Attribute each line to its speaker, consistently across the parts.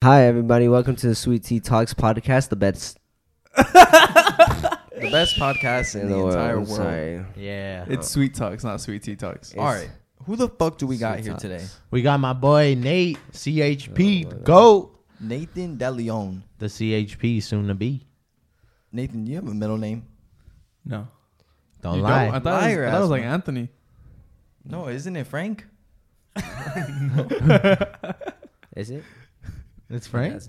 Speaker 1: Hi, everybody. Welcome to the Sweet Tea Talks podcast, the best, the best podcast in the, entire world. Sorry.
Speaker 2: Yeah.
Speaker 3: It's sweet talks, not sweet tea talks.
Speaker 1: It's-
Speaker 3: All right, who the fuck do we got
Speaker 1: Sweet
Speaker 3: here
Speaker 1: Talks.
Speaker 3: today?
Speaker 2: We got my boy Nate,
Speaker 1: Oh,
Speaker 2: CHP, the GOAT,
Speaker 3: Nathan DeLeon.
Speaker 2: the CHP soon to be.
Speaker 4: Nathan, do you have a middle name?
Speaker 3: No,
Speaker 2: Don't
Speaker 3: You
Speaker 2: lie.
Speaker 3: I thought, it
Speaker 4: Liar
Speaker 3: was, I thought it was
Speaker 4: ass
Speaker 3: like
Speaker 4: man.
Speaker 3: Anthony.
Speaker 4: No, isn't it Frank?
Speaker 1: Is it?
Speaker 2: It's Frank.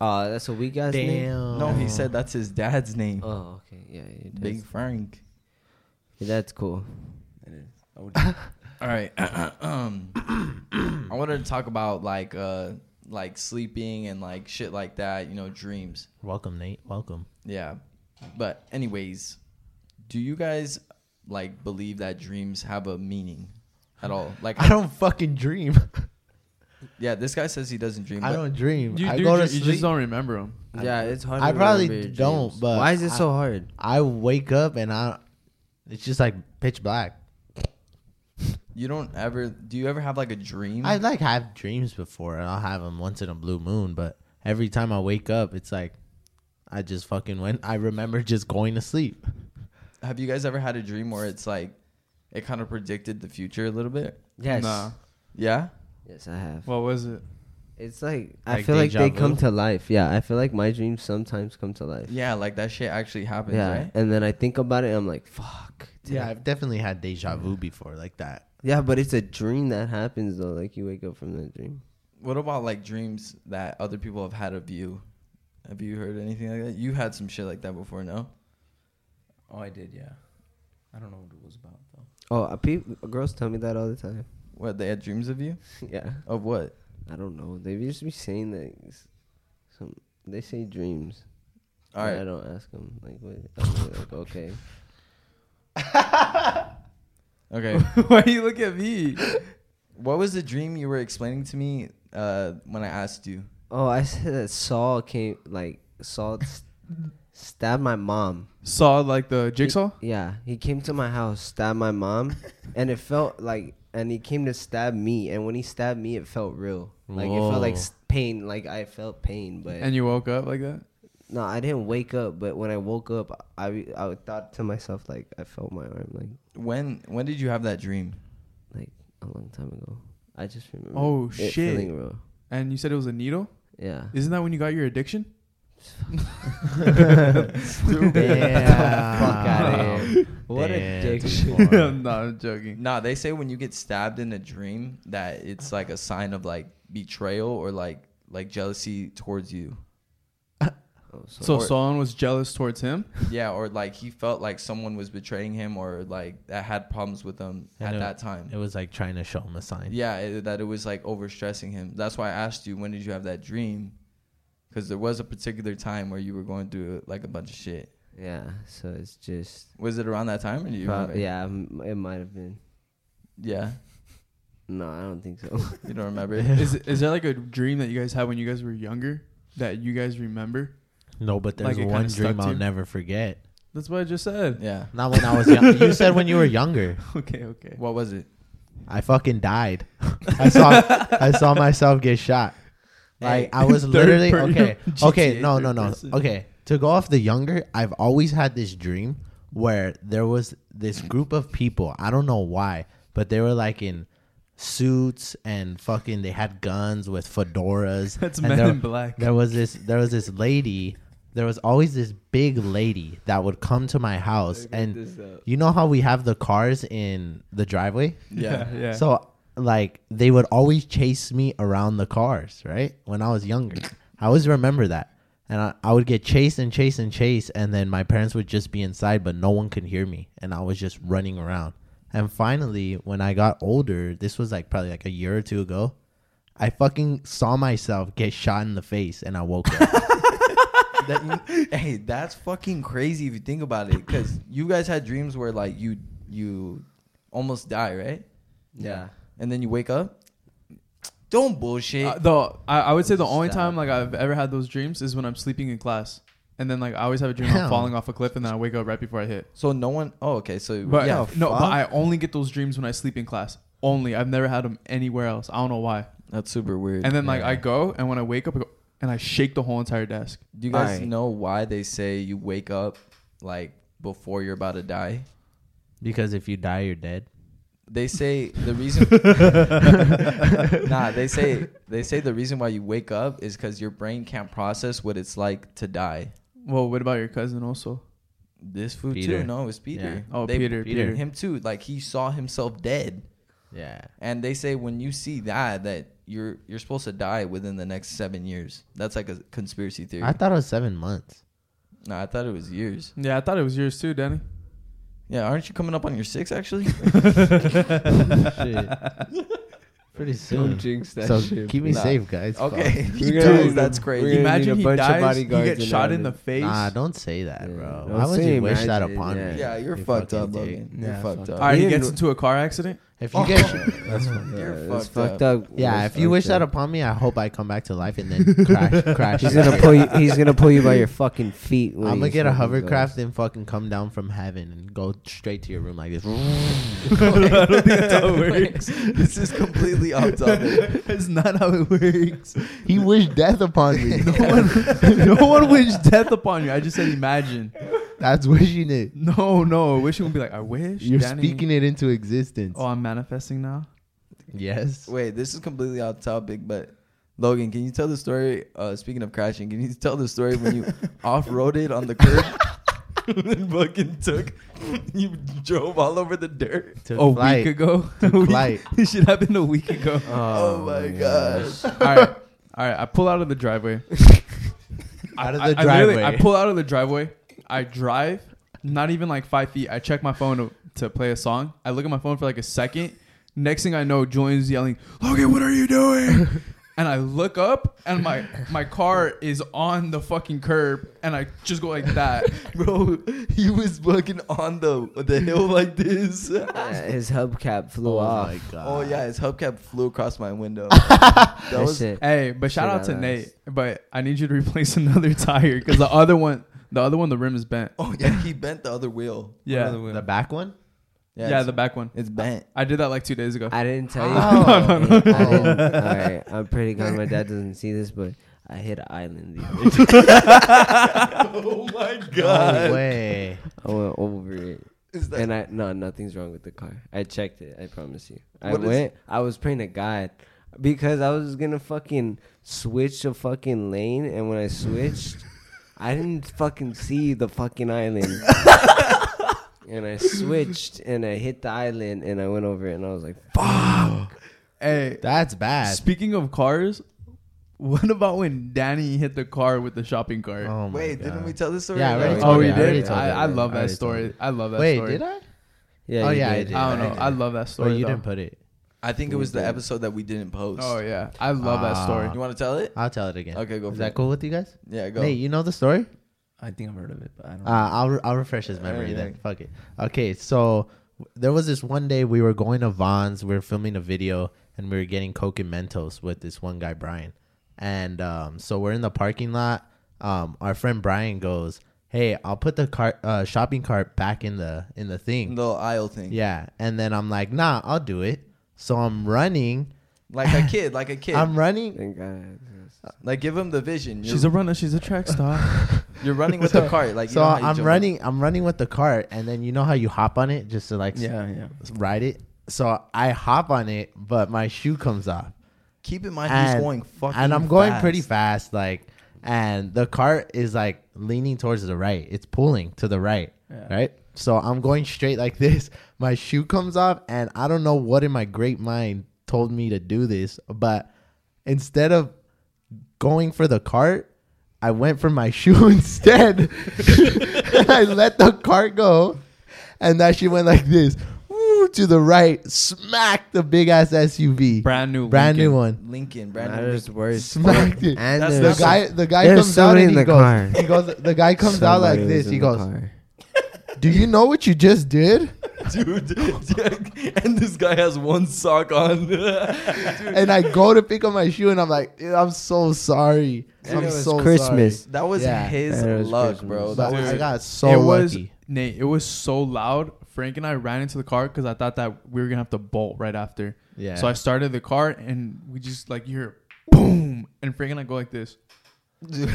Speaker 1: Uh, that's a weak guy's name.
Speaker 2: Damn.
Speaker 4: No, he said that's his dad's name.
Speaker 1: Oh, okay. Yeah, it does.
Speaker 4: Big Frank.
Speaker 1: Yeah, that's cool.
Speaker 4: All right. um, I wanted to talk about like uh like sleeping and like shit like that, you know, dreams.
Speaker 2: Welcome, Nate. Welcome.
Speaker 4: Yeah. But anyways, do you guys like believe that dreams have a meaning at all? Like
Speaker 2: I don't fucking dream.
Speaker 4: Yeah, this guy says he doesn't dream.
Speaker 2: I
Speaker 4: but
Speaker 2: don't dream.
Speaker 3: You,
Speaker 2: I
Speaker 3: do
Speaker 2: go to
Speaker 3: ju- you just
Speaker 2: sleep.
Speaker 3: don't remember him.
Speaker 1: Yeah, it's hard.
Speaker 2: I
Speaker 1: to
Speaker 2: probably
Speaker 1: remember your
Speaker 2: don't,
Speaker 1: dreams.
Speaker 2: but
Speaker 1: why is it
Speaker 2: I-
Speaker 1: so hard?
Speaker 2: I wake up and I, it's just like pitch black.
Speaker 4: You don't ever do you ever have like a dream?
Speaker 2: I like have dreams before, and I'll have them once in a blue moon. But every time I wake up, it's like I just fucking went. I remember just going to sleep.
Speaker 4: have you guys ever had a dream where it's like it kind of predicted the future a little bit?
Speaker 1: Yes,
Speaker 3: Nah.
Speaker 4: Yeah?
Speaker 1: yes, I have.
Speaker 3: What was it?
Speaker 1: It's like I
Speaker 2: Like
Speaker 1: feel like
Speaker 2: deja
Speaker 1: they come
Speaker 2: vu?
Speaker 1: to life. Yeah, I feel like my dreams sometimes come to life.
Speaker 4: Yeah, like that shit actually happens,
Speaker 1: Yeah,
Speaker 4: right?
Speaker 1: and then I think about it. and I'm like, fuck. did
Speaker 2: Yeah,
Speaker 1: I-
Speaker 2: I've definitely had deja vu before, like that.
Speaker 1: yeah, but it's a dream that happens though. Like you wake up from that dream.
Speaker 4: What about like dreams that other people have had of you? Have you heard anything like that? You had some shit like that before, no?
Speaker 5: Oh, I did, yeah. I don't know what it was about though.
Speaker 1: Oh, uh, peop girls tell me that all the time.
Speaker 4: What, they had dreams of you?
Speaker 1: yeah.
Speaker 4: Of what?
Speaker 1: I don't know. They just be saying things. Some they say dreams.
Speaker 4: All
Speaker 1: and I
Speaker 4: right.
Speaker 1: don't ask them like what. I'm really like okay.
Speaker 4: Okay.
Speaker 3: Why you look at me?
Speaker 4: what was the dream you were explaining to me uh, when I asked you?
Speaker 1: Oh, I said that Saul came like Saul s- stabbed my mom.
Speaker 3: Saw like the jigsaw.
Speaker 1: Yeah, he came to my house, stabbed my mom, and it felt like. And he came to stab me, and when he stabbed me, it felt real. Like it felt like
Speaker 2: Whoa.
Speaker 1: s- pain. Like I felt pain, but
Speaker 3: And you woke up like that.
Speaker 1: no, I didn't wake up. But when I woke up, I I thought to myself like I felt my arm like
Speaker 4: When when did you have that dream?
Speaker 1: like a long time ago. I just remember.
Speaker 3: Oh,
Speaker 1: it
Speaker 3: shit.
Speaker 1: Feeling real.
Speaker 3: And you said it was a needle.
Speaker 1: Yeah.
Speaker 3: Isn't that when you got your addiction?
Speaker 1: Fuck outta here. What
Speaker 2: Damn,
Speaker 1: addiction.
Speaker 2: dude.
Speaker 3: no, I'm joking.
Speaker 4: Nah, they say when you get stabbed in a dream that it's like a sign of like betrayal or like like jealousy towards you.
Speaker 1: Oh, so,
Speaker 3: So
Speaker 4: Or-
Speaker 3: someone was jealous towards him.
Speaker 4: Yeah, or like he felt like someone was betraying him or like that had problems with him
Speaker 2: I
Speaker 4: at
Speaker 2: know.
Speaker 4: that time.
Speaker 2: It was like trying to show him a sign.
Speaker 4: Yeah, it, that it was like overstressing him. That's why I asked you when did you have that dream? Because there was a particular time where you were going through like a bunch of shit.
Speaker 1: yeah. So it's just.
Speaker 4: Was it around that time or do you
Speaker 1: prob-
Speaker 4: remember?
Speaker 1: yeah, m- it might have been.
Speaker 4: Yeah.
Speaker 1: No, I don't think so.
Speaker 4: You don't remember.
Speaker 3: Is is there like a dream that you guys had when you guys were younger that you guys remember?
Speaker 2: No, but there's
Speaker 3: Like it kinda
Speaker 2: one
Speaker 3: stuck
Speaker 2: dream
Speaker 3: to
Speaker 2: I'll
Speaker 3: you?
Speaker 2: never forget.
Speaker 3: That's what I just said.
Speaker 4: yeah.
Speaker 2: Not when I was young. You said when you were younger.
Speaker 3: Okay, okay.
Speaker 4: What was it?
Speaker 2: I fucking died. I saw I saw myself get shot. Like I was
Speaker 3: Third
Speaker 2: literally
Speaker 3: per-
Speaker 2: okay.
Speaker 3: GTA
Speaker 2: Okay, no,
Speaker 3: third
Speaker 2: no, no.
Speaker 3: person.
Speaker 2: Okay. To go off the younger, I've always had this dream where there was this group of people. I don't know why, but they were like in suits and fucking they had guns with fedoras.
Speaker 3: That's
Speaker 2: and
Speaker 3: Men
Speaker 2: there-
Speaker 3: in Black.
Speaker 2: There was this there was this lady there was always this big lady that would come to my house and you know how we have the cars in the driveway?
Speaker 4: Yeah.
Speaker 3: yeah.
Speaker 2: So like they would always chase me around the cars, right? When I was younger. I always remember that. And I, I would get chased and chased and chased and then my parents would just be inside but no one could hear me and I was just running around. And finally when I got older, this was like probably like a year or two ago, I fucking saw myself get shot in the face and I woke up.
Speaker 4: That- hey, that's fucking crazy if you think about it. Because you guys had dreams where like you you almost die, right?
Speaker 1: yeah.
Speaker 4: And then you wake up. Don't bullshit.
Speaker 3: Uh, though I, I would say the
Speaker 1: Just
Speaker 3: only
Speaker 1: that.
Speaker 3: time like I've ever had those dreams is when I'm sleeping in class, and then like I always have a dream
Speaker 2: Hell.
Speaker 3: I'm falling off a cliff, and then I wake up right before I hit.
Speaker 4: so no one. Oh, okay. So
Speaker 3: But
Speaker 4: yeah.
Speaker 3: no, but I only get those dreams when I sleep in class. Only I've never had them anywhere else. I don't know why.
Speaker 4: That's super weird.
Speaker 3: And then like
Speaker 2: Yeah.
Speaker 3: I go and when I wake up, I go, and I shake the whole entire desk.
Speaker 4: Do you guys
Speaker 1: Alright.
Speaker 4: know why they say you wake up like before you're about to die?
Speaker 2: Because if you die, you're dead.
Speaker 4: They say the reason. nah, they say they say the reason why you wake up is because your brain can't process what it's like to die.
Speaker 3: Well, what about your cousin also?
Speaker 4: This food
Speaker 2: Peter.
Speaker 4: too. No, it's Peter.
Speaker 3: Oh,
Speaker 4: They-
Speaker 3: Peter,
Speaker 2: Peter.
Speaker 3: Peter.
Speaker 4: Him too. Like he saw himself dead,
Speaker 2: Yeah.
Speaker 4: and they say when you see that, that you're you're supposed to die within the next seven years. That's like a conspiracy theory.
Speaker 2: I thought it was seven months.
Speaker 4: no, I thought it was years.
Speaker 3: Yeah, I thought it was yours too, Danny.
Speaker 4: Yeah, aren't you coming up on your six actually?
Speaker 2: Shit. Pretty
Speaker 1: Don't
Speaker 2: soon.
Speaker 1: jinx that
Speaker 2: So
Speaker 1: shit.
Speaker 2: keep me
Speaker 4: Nah.
Speaker 2: safe, guys. Fuck.
Speaker 4: okay,
Speaker 1: We're gonna
Speaker 4: Dude,
Speaker 1: need a-
Speaker 4: that's
Speaker 1: we're
Speaker 4: crazy.
Speaker 1: gonna- need a
Speaker 3: Imagine he
Speaker 1: bunch of
Speaker 3: dies, he
Speaker 1: bodyguards
Speaker 3: gets
Speaker 1: in
Speaker 3: shot in
Speaker 1: Ireland.
Speaker 3: the face.
Speaker 2: Nah, don't say that,
Speaker 1: Yeah,
Speaker 2: bro.
Speaker 1: don't
Speaker 2: Why would
Speaker 1: say
Speaker 2: you wish that
Speaker 1: imagine,
Speaker 2: upon
Speaker 1: yeah.
Speaker 2: me?
Speaker 4: Yeah, you're
Speaker 2: You
Speaker 4: fucked up,
Speaker 2: fucking dick.
Speaker 4: Logan. You're
Speaker 5: Yeah,
Speaker 4: fucked
Speaker 5: fucked
Speaker 4: up.
Speaker 3: All right, he
Speaker 1: He
Speaker 3: gets
Speaker 1: didn't-
Speaker 3: into a car accident.
Speaker 2: If you get,
Speaker 1: That's fucked
Speaker 4: You're
Speaker 1: up. That's
Speaker 4: fucked
Speaker 1: fucked up.
Speaker 2: yeah,
Speaker 1: That's
Speaker 2: if you wish
Speaker 1: fucked
Speaker 2: that
Speaker 1: up.
Speaker 2: upon me, I hope I come back to life and then crash, crash.
Speaker 1: He's gonna pull you. He's gonna pull you by your fucking feet.
Speaker 2: I'm
Speaker 1: When
Speaker 2: gonna
Speaker 1: he
Speaker 2: get a
Speaker 1: fucking
Speaker 2: hovercraft
Speaker 1: goes.
Speaker 2: and fucking come down from heaven and go straight to your room like this.
Speaker 4: this is completely off topic.
Speaker 5: That's not how it works.
Speaker 2: he wished death upon me.
Speaker 3: No one, no one wished death upon you. I just said imagine.
Speaker 2: That's wishing it.
Speaker 3: No, no, wishing would be like I wish.
Speaker 2: You're
Speaker 3: Danny-
Speaker 2: speaking it into existence.
Speaker 3: Oh, I'm manifesting now.
Speaker 2: Yes.
Speaker 4: Wait, this is completely off topic, but Logan, can you tell the story? Uh, speaking of crashing, can you tell the story when you off roaded on the curb and fucking took, you drove all over the dirt?
Speaker 2: Took
Speaker 3: a
Speaker 2: flight.
Speaker 3: week ago.
Speaker 2: Took
Speaker 3: A week-
Speaker 2: flight.
Speaker 3: this shit happened a week ago.
Speaker 4: Oh, my gosh.
Speaker 3: all right, all right. I pull out of the driveway.
Speaker 2: Out of
Speaker 3: I-
Speaker 2: the
Speaker 3: I literally-
Speaker 2: driveway.
Speaker 3: I, pull out of the driveway. I drive, not even like five feet. I check my phone to, to play a song. I look at my phone for like a second. Next thing I know, Julian's yelling, "Logan, what are you doing?" and I look up, and my my car is on the fucking curb, and I just go like that.
Speaker 4: Bro, he was fucking on the the hill like this.
Speaker 1: Yeah, his hubcap flew
Speaker 2: oh
Speaker 1: off.
Speaker 2: my god.
Speaker 4: oh yeah, his hubcap flew across my window. that
Speaker 1: That
Speaker 4: was
Speaker 1: shit.
Speaker 3: Hey, but shout
Speaker 1: Shit,
Speaker 3: out to
Speaker 1: I asked.
Speaker 3: Nate. But I need you to replace another tire because the other one, the other one, the rim is bent.
Speaker 4: Oh yeah, he bent the other wheel.
Speaker 3: Yeah,
Speaker 2: The back one?
Speaker 3: yeah,
Speaker 4: it's-
Speaker 3: the back one.
Speaker 4: it's bent.
Speaker 3: I did that like two days ago.
Speaker 1: I didn't tell you.
Speaker 2: Oh.
Speaker 1: no, no, no. all right, I'm pretty glad my dad doesn't see this, but I hit an island. The other day.
Speaker 4: Oh my
Speaker 2: No way.
Speaker 1: I went over it,
Speaker 4: Is that
Speaker 1: and I no, nothing's wrong with the car. I checked it. I promise you. I
Speaker 4: What is-
Speaker 1: went. I was praying to God because I was gonna fucking switch a fucking lane, and when I switched, I didn't fucking see the fucking island. And I switched and I hit the island and I went over it and I was like,
Speaker 3: hey,
Speaker 2: That's bad.
Speaker 3: Speaking of cars, what about when Danny hit the car with the shopping cart?
Speaker 2: Oh my
Speaker 4: Wait, didn't
Speaker 2: God.
Speaker 4: we tell this story?
Speaker 2: Yeah, I already
Speaker 4: we
Speaker 2: told
Speaker 3: oh, we
Speaker 2: it, I already
Speaker 3: did.
Speaker 2: told
Speaker 3: I,
Speaker 2: it,
Speaker 3: I
Speaker 2: yeah.
Speaker 3: love
Speaker 2: I
Speaker 3: that
Speaker 2: already
Speaker 3: story.
Speaker 2: told
Speaker 3: I love that
Speaker 2: Wait,
Speaker 3: story.
Speaker 2: did I?
Speaker 1: Yeah,
Speaker 2: oh
Speaker 1: you
Speaker 2: yeah,
Speaker 1: did.
Speaker 2: I did.
Speaker 3: I don't know.
Speaker 2: did.
Speaker 3: I love that
Speaker 2: Oh,
Speaker 3: story.
Speaker 2: you
Speaker 3: though.
Speaker 2: didn't put it.
Speaker 4: I think it was the
Speaker 1: Yeah.
Speaker 4: episode that we didn't post.
Speaker 3: Oh yeah, I love that
Speaker 2: Ah.
Speaker 4: You
Speaker 3: story.
Speaker 4: want to tell it?
Speaker 2: I'll tell it again.
Speaker 4: Okay, go
Speaker 2: Is
Speaker 4: for
Speaker 2: that
Speaker 4: it.
Speaker 2: cool with you guys?
Speaker 4: Yeah, go.
Speaker 2: Nate, you know the story?
Speaker 5: I think I've heard of it, but I don't.
Speaker 2: Uh, I'll re- I'll refresh his memory
Speaker 4: Alright,
Speaker 2: then.
Speaker 4: alright.
Speaker 2: Fuck it. Okay, so w- there was this one day we were going to Vons, we were filming a video, and we were getting Coke and Mentos with this one guy Brian, and um, so we're in the parking lot. Um, our friend Brian goes, "Hey, I'll put the cart, uh, shopping cart back in the in the thing."
Speaker 4: the little aisle thing.
Speaker 2: Yeah, and then I'm like, "Nah, I'll do it." So I'm running.
Speaker 4: Like a kid, like a kid.
Speaker 2: I'm running.
Speaker 1: Thank God.
Speaker 4: like give him the vision. You're,
Speaker 3: She's a runner. She's a track star.
Speaker 4: you're running with the cart. Like you
Speaker 2: so
Speaker 4: know how you
Speaker 2: I'm
Speaker 4: jump-
Speaker 2: running. I'm running with the cart, and then you know how you hop on it just to like s-
Speaker 5: yeah, yeah.
Speaker 2: ride it. So I hop on it, but my shoe comes off,
Speaker 4: Keep in mind
Speaker 2: and
Speaker 4: he's going fucking.
Speaker 2: and I'm going pretty fast, like, and the cart is like leaning towards the right. It's pulling to the right,
Speaker 5: Yeah.
Speaker 2: right. So I'm going straight like this. My shoe comes off, and I don't know what in my great mind told me to do this, but instead of going for the cart, I went for my shoe instead. and I let the cart go, and that she went like this. woo, To the right, smack the big ass SUV,
Speaker 3: Brand new.
Speaker 2: brand new
Speaker 3: Lincoln.
Speaker 2: one,
Speaker 4: Lincoln, Brandon.
Speaker 1: Matters worse.
Speaker 2: smacked it.
Speaker 1: And
Speaker 4: That's
Speaker 2: The
Speaker 1: there's
Speaker 4: not
Speaker 2: guy, the guy
Speaker 1: There's
Speaker 2: comes out
Speaker 1: somebody
Speaker 2: and
Speaker 1: in
Speaker 2: he
Speaker 1: the
Speaker 2: goes,
Speaker 1: car.
Speaker 2: he goes. The guy comes out like
Speaker 1: Somebody was
Speaker 2: this.
Speaker 1: in
Speaker 2: He
Speaker 1: the
Speaker 2: goes,
Speaker 1: car.
Speaker 2: "Do you know what you just did?"
Speaker 4: dude. and this guy has one sock on. Dude,
Speaker 2: And I go to pick up my shoe, and I'm like, "Dude, "I'm so sorry.
Speaker 1: And
Speaker 2: I'm
Speaker 1: it was
Speaker 2: so
Speaker 1: Christmas.
Speaker 4: that was
Speaker 2: Yeah.
Speaker 4: his
Speaker 1: That was
Speaker 4: luck,
Speaker 1: Christmas.
Speaker 4: bro.
Speaker 2: sorry."
Speaker 4: That
Speaker 2: But
Speaker 4: was
Speaker 2: I
Speaker 3: Dude,
Speaker 2: got so
Speaker 3: it was
Speaker 2: lucky.
Speaker 3: Nate. It was so loud. Frank and I ran into the car because I thought that we were gonna have to bolt right after.
Speaker 2: Yeah.
Speaker 3: So I started the car and we just like you hear boom and freaking I go like this.
Speaker 2: Dude,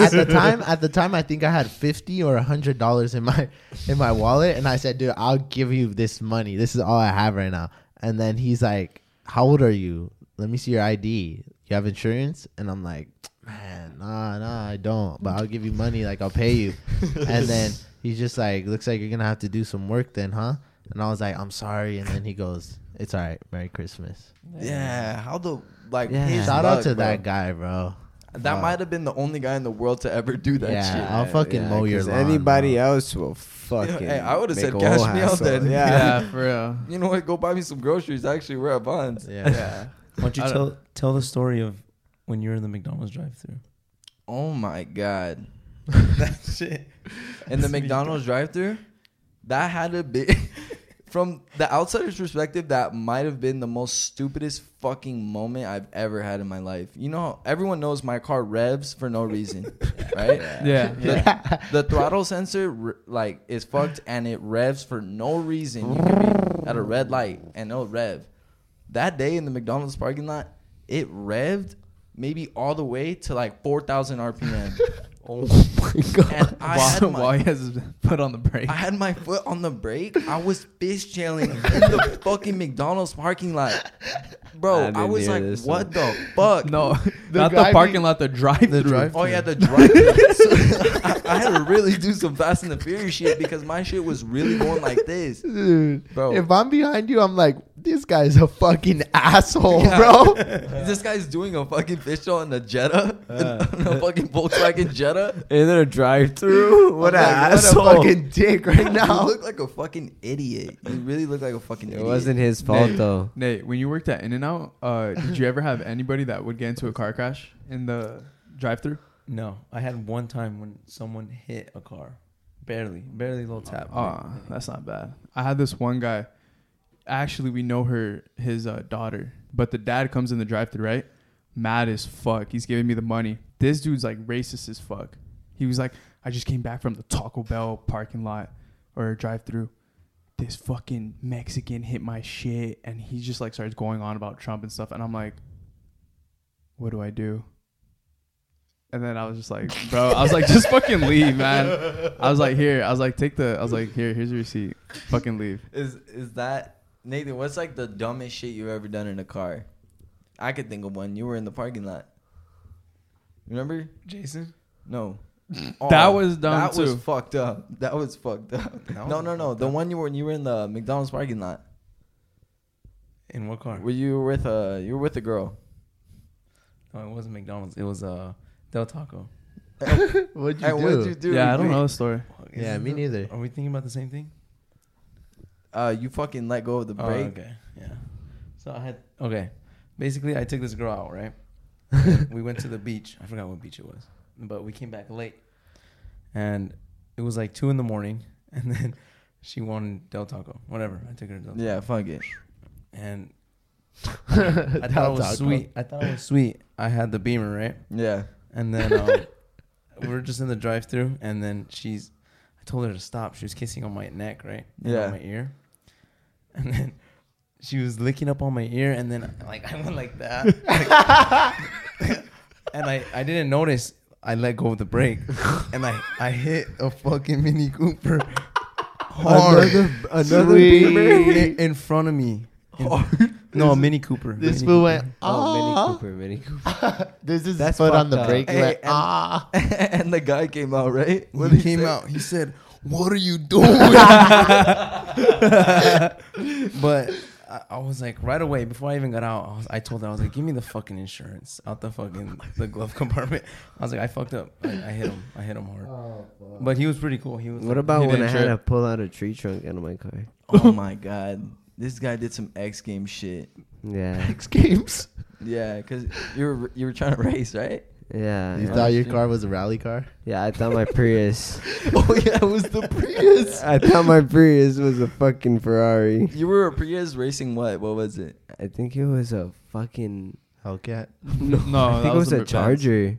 Speaker 2: at the time, at the time, I think I had fifty or hundred dollars in my in my wallet, and I said, "Dude, I'll give you this money. This is all I have right now." And then he's like, "How old are you? Let me see your ID. You have insurance?" And I'm like, "Man, nah, nah, I don't. But I'll give you money. Like I'll pay you." and then he's just like, "Looks like you're gonna have to do some work then, huh?" And I was like, "I'm sorry." And then he goes, "It's all right. Merry Christmas."
Speaker 4: Yeah, how the like
Speaker 1: Yeah.
Speaker 4: his
Speaker 2: Shout out
Speaker 4: luck,
Speaker 2: to
Speaker 4: bro.
Speaker 2: that guy, bro.
Speaker 4: That might have been the only guy in the world to ever do that
Speaker 2: Yeah.
Speaker 4: shit.
Speaker 2: I'll fucking mow your
Speaker 1: 'cause
Speaker 2: lawn,
Speaker 1: Anybody
Speaker 2: bro.
Speaker 1: else will fucking.
Speaker 4: Hey, I would've
Speaker 1: make
Speaker 4: said
Speaker 1: a
Speaker 4: cash
Speaker 1: whole
Speaker 4: me out
Speaker 1: hassle.
Speaker 4: then.
Speaker 1: Yeah.
Speaker 3: Yeah, for real.
Speaker 4: You know what? Go buy me some groceries. Actually, we're at Bonds.
Speaker 2: Yeah.
Speaker 5: Why don't you
Speaker 3: I
Speaker 5: tell tell the story of when you were in the McDonald's drive-through?
Speaker 4: Oh my god, that shit in the McDonald's drive-through. That had a bit from the outsider's perspective. That might have been the most stupidest fucking moment I've ever had in my life. You know, everyone knows my car revs for no reason, right?
Speaker 3: Yeah.
Speaker 4: The, the throttle sensor re- like is fucked and it revs for no reason. You could be at a red light and no rev. That day in the McDonald's parking lot, it revved maybe all the way to like 4,000 RPM.
Speaker 1: Oh my god.
Speaker 4: and I
Speaker 3: while,
Speaker 4: had,
Speaker 3: while
Speaker 4: my,
Speaker 3: he has his foot on the brake.
Speaker 4: I had my foot on the brake. I was fish chailing in the fucking McDonald's parking lot.
Speaker 1: I
Speaker 4: Bro,
Speaker 1: didn't
Speaker 4: I, was
Speaker 1: hear
Speaker 4: like,
Speaker 1: this
Speaker 4: what
Speaker 1: one.
Speaker 4: the fuck?
Speaker 3: no,
Speaker 2: The
Speaker 3: not the
Speaker 2: guy
Speaker 3: parking
Speaker 2: be-
Speaker 3: lot, the drive
Speaker 2: the
Speaker 3: through.
Speaker 2: drive-
Speaker 4: Oh yeah, the drive. So, I, I had to really do some Fast and the Furious shit because my shit was really going like this,
Speaker 2: Dude,
Speaker 4: Bro.
Speaker 2: if I'm behind you, I'm like, this guy's a fucking asshole,
Speaker 4: Yeah.
Speaker 2: bro.
Speaker 4: This guy's doing a fucking fishtail in a Jetta, in a fucking Volkswagen Jetta.
Speaker 1: In their drive-through, what an
Speaker 4: like, what a
Speaker 1: asshole!
Speaker 2: What a fucking dick right
Speaker 4: You
Speaker 2: now.
Speaker 4: look like a fucking idiot. You really look like a fucking
Speaker 1: it
Speaker 4: idiot.
Speaker 1: wasn't his fault
Speaker 3: Nate,
Speaker 1: though.
Speaker 3: Nate, when you worked at In and Out, uh, did you ever have anybody that would get into a car crash in the drive through?
Speaker 5: No, I had one time when someone hit a car, barely, barely little tap.
Speaker 3: Oh, that's not bad. I had this one guy. Actually, we know her, his uh, daughter, but the dad comes in the drive-thru, right? Mad as fuck. He's giving me the money. This dude's like racist as fuck. He was like, I just came back from the Taco Bell parking lot or drive-thru. This fucking Mexican hit my shit, and he just like starts going on about Trump and stuff, and I'm like, what do I do? And then I was just like, bro, I was like, just fucking leave, man. I was like, here, I was like, take the, I was like, here, here's your receipt, fucking leave.
Speaker 4: Is is that Nathan? What's like the dumbest shit you've ever done in a car? I could think of one. You were in the parking lot. Remember?
Speaker 5: Jason.
Speaker 4: No. Oh.
Speaker 3: That was dumb,
Speaker 4: That was
Speaker 3: too.
Speaker 4: fucked up. That was fucked up.
Speaker 5: That
Speaker 4: no,
Speaker 5: was
Speaker 4: no, no.
Speaker 5: fucked
Speaker 4: The
Speaker 5: up.
Speaker 4: one you were when you were in the McDonald's parking lot.
Speaker 5: In what car?
Speaker 4: Were you with a you were with a girl?
Speaker 5: No, it wasn't McDonald's. It was uh Del Taco.
Speaker 2: What'd you
Speaker 4: Hey,
Speaker 2: do?
Speaker 4: what did you do?
Speaker 3: yeah, I don't know the story.
Speaker 5: Is
Speaker 2: Yeah,
Speaker 5: it
Speaker 2: me
Speaker 5: the-
Speaker 2: neither.
Speaker 5: Are we thinking about the same thing?
Speaker 4: Uh, you fucking let go of the
Speaker 5: Oh,
Speaker 4: brake.
Speaker 5: okay. Yeah. So I had okay. Basically, I took this girl out, right? we went to the beach. I forgot what beach it was, but we came back late, and it was like two in the morning. And then she wanted Del Taco, whatever. I took her to Del Taco,
Speaker 4: Yeah, fuck it.
Speaker 5: and I thought it was sweet. I thought it was sweet. I had the Beamer, right?
Speaker 4: Yeah.
Speaker 5: And then um, we were just in the drive through and then she's, I told her to stop. She was kissing on my neck, right? And
Speaker 4: Yeah.
Speaker 5: On my ear. And then she was licking up on my ear, and then like I went like that, Like- and I I didn't notice. I let go of the brake, and I I hit a fucking Mini Cooper hard
Speaker 2: Another, another
Speaker 5: Sweet.
Speaker 2: Beamer.
Speaker 5: in, in front of me. In- no, a Mini Cooper.
Speaker 2: This
Speaker 5: Mini
Speaker 2: fool
Speaker 5: Cooper.
Speaker 2: went,
Speaker 1: Oh, Mini
Speaker 2: ah.
Speaker 1: Cooper, Mini Cooper.
Speaker 2: This is
Speaker 1: That's
Speaker 2: foot
Speaker 1: fucked
Speaker 2: on the
Speaker 1: up.
Speaker 2: brake.
Speaker 4: Hey,
Speaker 2: like,
Speaker 4: and-
Speaker 2: ah.
Speaker 4: and the guy came out, right? What
Speaker 5: he
Speaker 4: did
Speaker 5: came
Speaker 4: say?
Speaker 5: out. He said, "What are you doing?" but I, I was like, right away, before I even got out, I, was, I told her, I was like, "Give me the fucking insurance out the fucking the glove compartment." I was like, "I fucked up. I, I hit him. I hit him hard."
Speaker 2: Oh,
Speaker 5: But he was pretty cool. He was.
Speaker 1: What
Speaker 5: like,
Speaker 1: about
Speaker 3: He
Speaker 1: when I
Speaker 3: didn't
Speaker 1: had to
Speaker 3: trip.
Speaker 1: pull out a tree trunk out of my car?
Speaker 4: Oh my god. This guy did some X game shit.
Speaker 1: Yeah,
Speaker 2: X Games.
Speaker 4: Yeah, cause you were you were trying to race, right?
Speaker 1: yeah,
Speaker 2: You
Speaker 1: yeah.
Speaker 2: thought your
Speaker 4: shit.
Speaker 2: car was a rally car?
Speaker 1: yeah. I thought my Prius.
Speaker 4: oh yeah, it was the Prius.
Speaker 1: I thought my Prius was a fucking Ferrari.
Speaker 4: You were a Prius racing what? What was it?
Speaker 1: I think it was a fucking
Speaker 2: Hellcat.
Speaker 1: no.
Speaker 3: No,
Speaker 1: I think
Speaker 3: that
Speaker 1: it
Speaker 3: was
Speaker 1: was
Speaker 3: the
Speaker 1: a Charger.
Speaker 3: Mercedes.